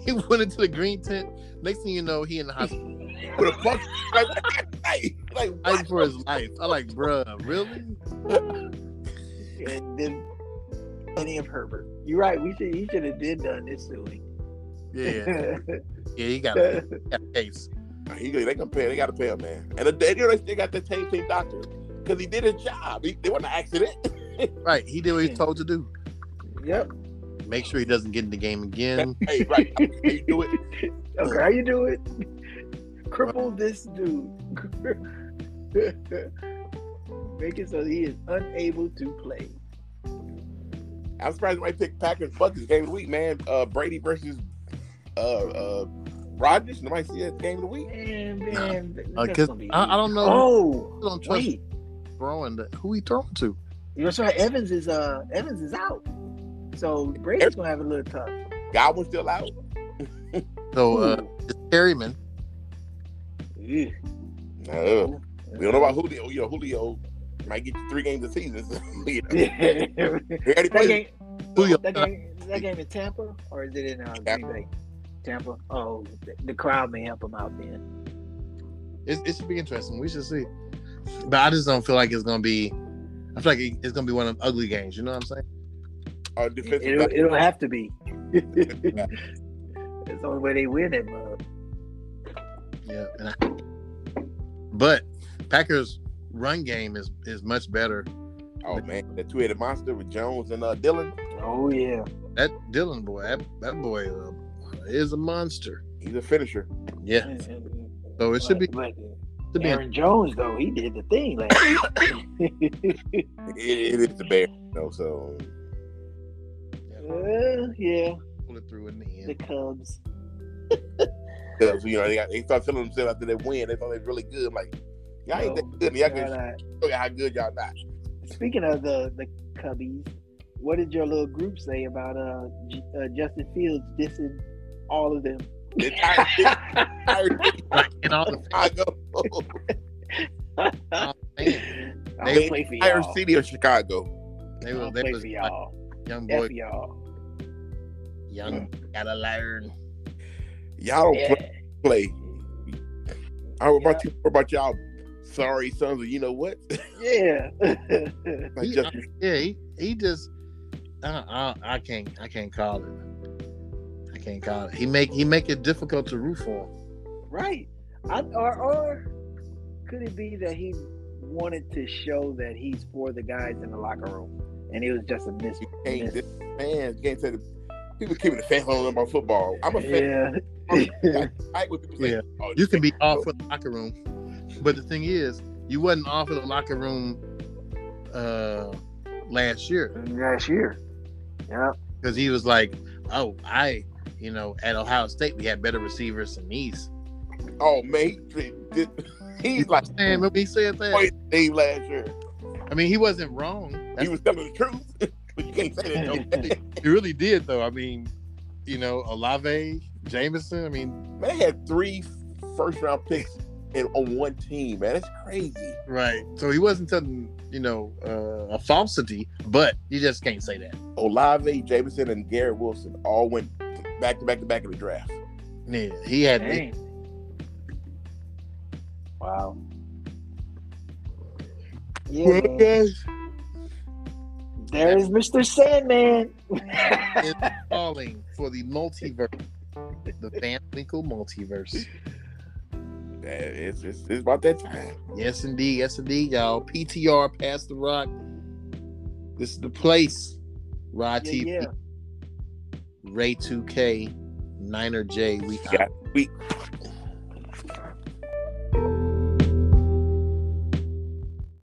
S1: He went into the green tent. Next thing you know, he in the hospital
S3: With a punch, like, like, like,
S1: fighting for his life. I like, bruh, really?
S2: and then any of Herbert. You're right. We should he should have did done this suing.
S1: Yeah, yeah. He got a, he got a case.
S3: what? He, they gonna pay. They gotta pay him, man. And the they, they got the same team doctor because he did his job. He, they wasn't an accident.
S1: Right. He did what he was told to do.
S2: yep.
S1: Make sure he doesn't get in the game again.
S3: hey, right? You do it.
S2: Okay, how you do it? Cripple this dude. Make it so he is unable to play.
S3: I'm surprised nobody picked Packers Bucks game of the week, man. Uh, Brady versus uh, uh, Rodgers. Nobody see that game of the week.
S2: Man, man,
S1: Uh,
S2: that's
S1: 'cause
S2: gonna be
S1: I, I
S2: easy.
S1: don't know.
S2: Oh,
S1: who don't trust
S2: wait.
S1: throwing. The, who he throwing to?
S2: You're sorry. Evans is uh Evans is out, so Brady's gonna have a little tough.
S3: Godwin's still out.
S1: So uh,
S2: Ooh.
S1: it's Perryman.
S2: Ew.
S3: No, we don't know about Julio. You know, Julio might get you three games a season. you know.
S2: that
S3: He already played.
S2: game,
S1: Julio.
S2: that game, is that game in Tampa or is it in uh, Green Bay? Tampa. Oh, the- the crowd may help him out then.
S1: It, it should be interesting. We should see. But I just don't feel like it's gonna be. I feel like it- it's gonna be one of them ugly games. You know what I'm saying?
S3: Our defensive
S2: It'll,
S3: back.
S2: it'll have to be. It's the only way they win it, mug.
S1: Yeah. and I- but Packers run game is is much better.
S3: Oh man, the two-headed monster with Jones and uh, Dylan.
S2: Oh yeah,
S1: That Dylan boy, that, that boy uh, is a monster.
S3: He's a finisher.
S1: Yeah. So it should be.
S2: But
S1: Should be
S2: Aaron Jones though, he did the thing last. year.
S3: It, it is the bear. You know, so
S1: yeah,
S2: uh, yeah,
S1: pull it through in the
S2: the
S1: end.
S2: Cubs.
S3: 'cause, you know they got they start telling themselves after they win. They thought they're really good. I'm like y'all ain't that good. Y'all
S2: God,
S3: can
S2: I-
S3: show you how good y'all not.
S2: Speaking of the the Cubbies, what did your little group say about uh, J- uh Justin Fields dissing all of them?
S3: They're tired. tired
S1: Like, and all the
S3: Chicago.
S1: fans,
S2: I'll
S1: They-
S2: play for
S3: tired
S2: y'all.
S3: city of Chicago.
S1: they
S2: I'll
S1: were they
S2: play
S1: was
S2: for
S1: like,
S2: y'all.
S1: young boy,
S2: F y'all. Mm.
S1: young gotta learn. Oh,
S3: Y'all don't
S2: Yeah.
S3: play. I was about
S2: Yeah.
S3: to what about y'all. Sorry, sons of you know what?
S2: Yeah.
S3: Like
S1: Yeah.
S3: Justin,
S1: Yeah, he, he just uh, uh, I can't I can't call it. I can't call it. He make he make it difficult to root for him.
S2: right. I, or, or could it be that he wanted to show that he's for the guys in the locker room and it was just a mis?
S3: can't, this man can't say the people keeping the fan on about football. I'm a fan.
S2: Yeah.
S3: I when people say,
S1: Yeah.
S3: oh,
S1: You can be all for the locker room, but the thing is, you wasn't all for the locker room uh, last year
S2: Last year. Yeah.
S1: because he was like, oh, I, you know, at Ohio State we had better receivers than these.
S3: oh man, he, he- he's like
S1: Man,
S2: Mm.
S1: remember he said that.
S3: point name last year.
S1: I mean, he wasn't wrong.
S3: He
S1: That's,
S3: was telling the truth, but you can't say that. No.
S1: he really did though. I mean, you know, Olave, Jameson. I mean,
S3: Man had three first round picks in, on one team, man. That's crazy.
S1: right. So he wasn't telling you know uh, a falsity, but you just can't say that.
S3: Olave, Jameson, and Garrett Wilson all went back to back to back in the draft.
S1: Yeah, he had.
S2: Dang. Wow. Yeah. man. There's Mr. Sandman.
S1: is calling for the multiverse, the Van Winkle multiverse.
S3: Yeah, It's, it's, it's about that time.
S1: Yes, indeed. Yes, indeed, y'all. PTR, pass the rock. This is the place. Rod TV,
S2: yeah, yeah.
S1: Ray 2K, Niner J. We
S3: Yeah.
S1: out.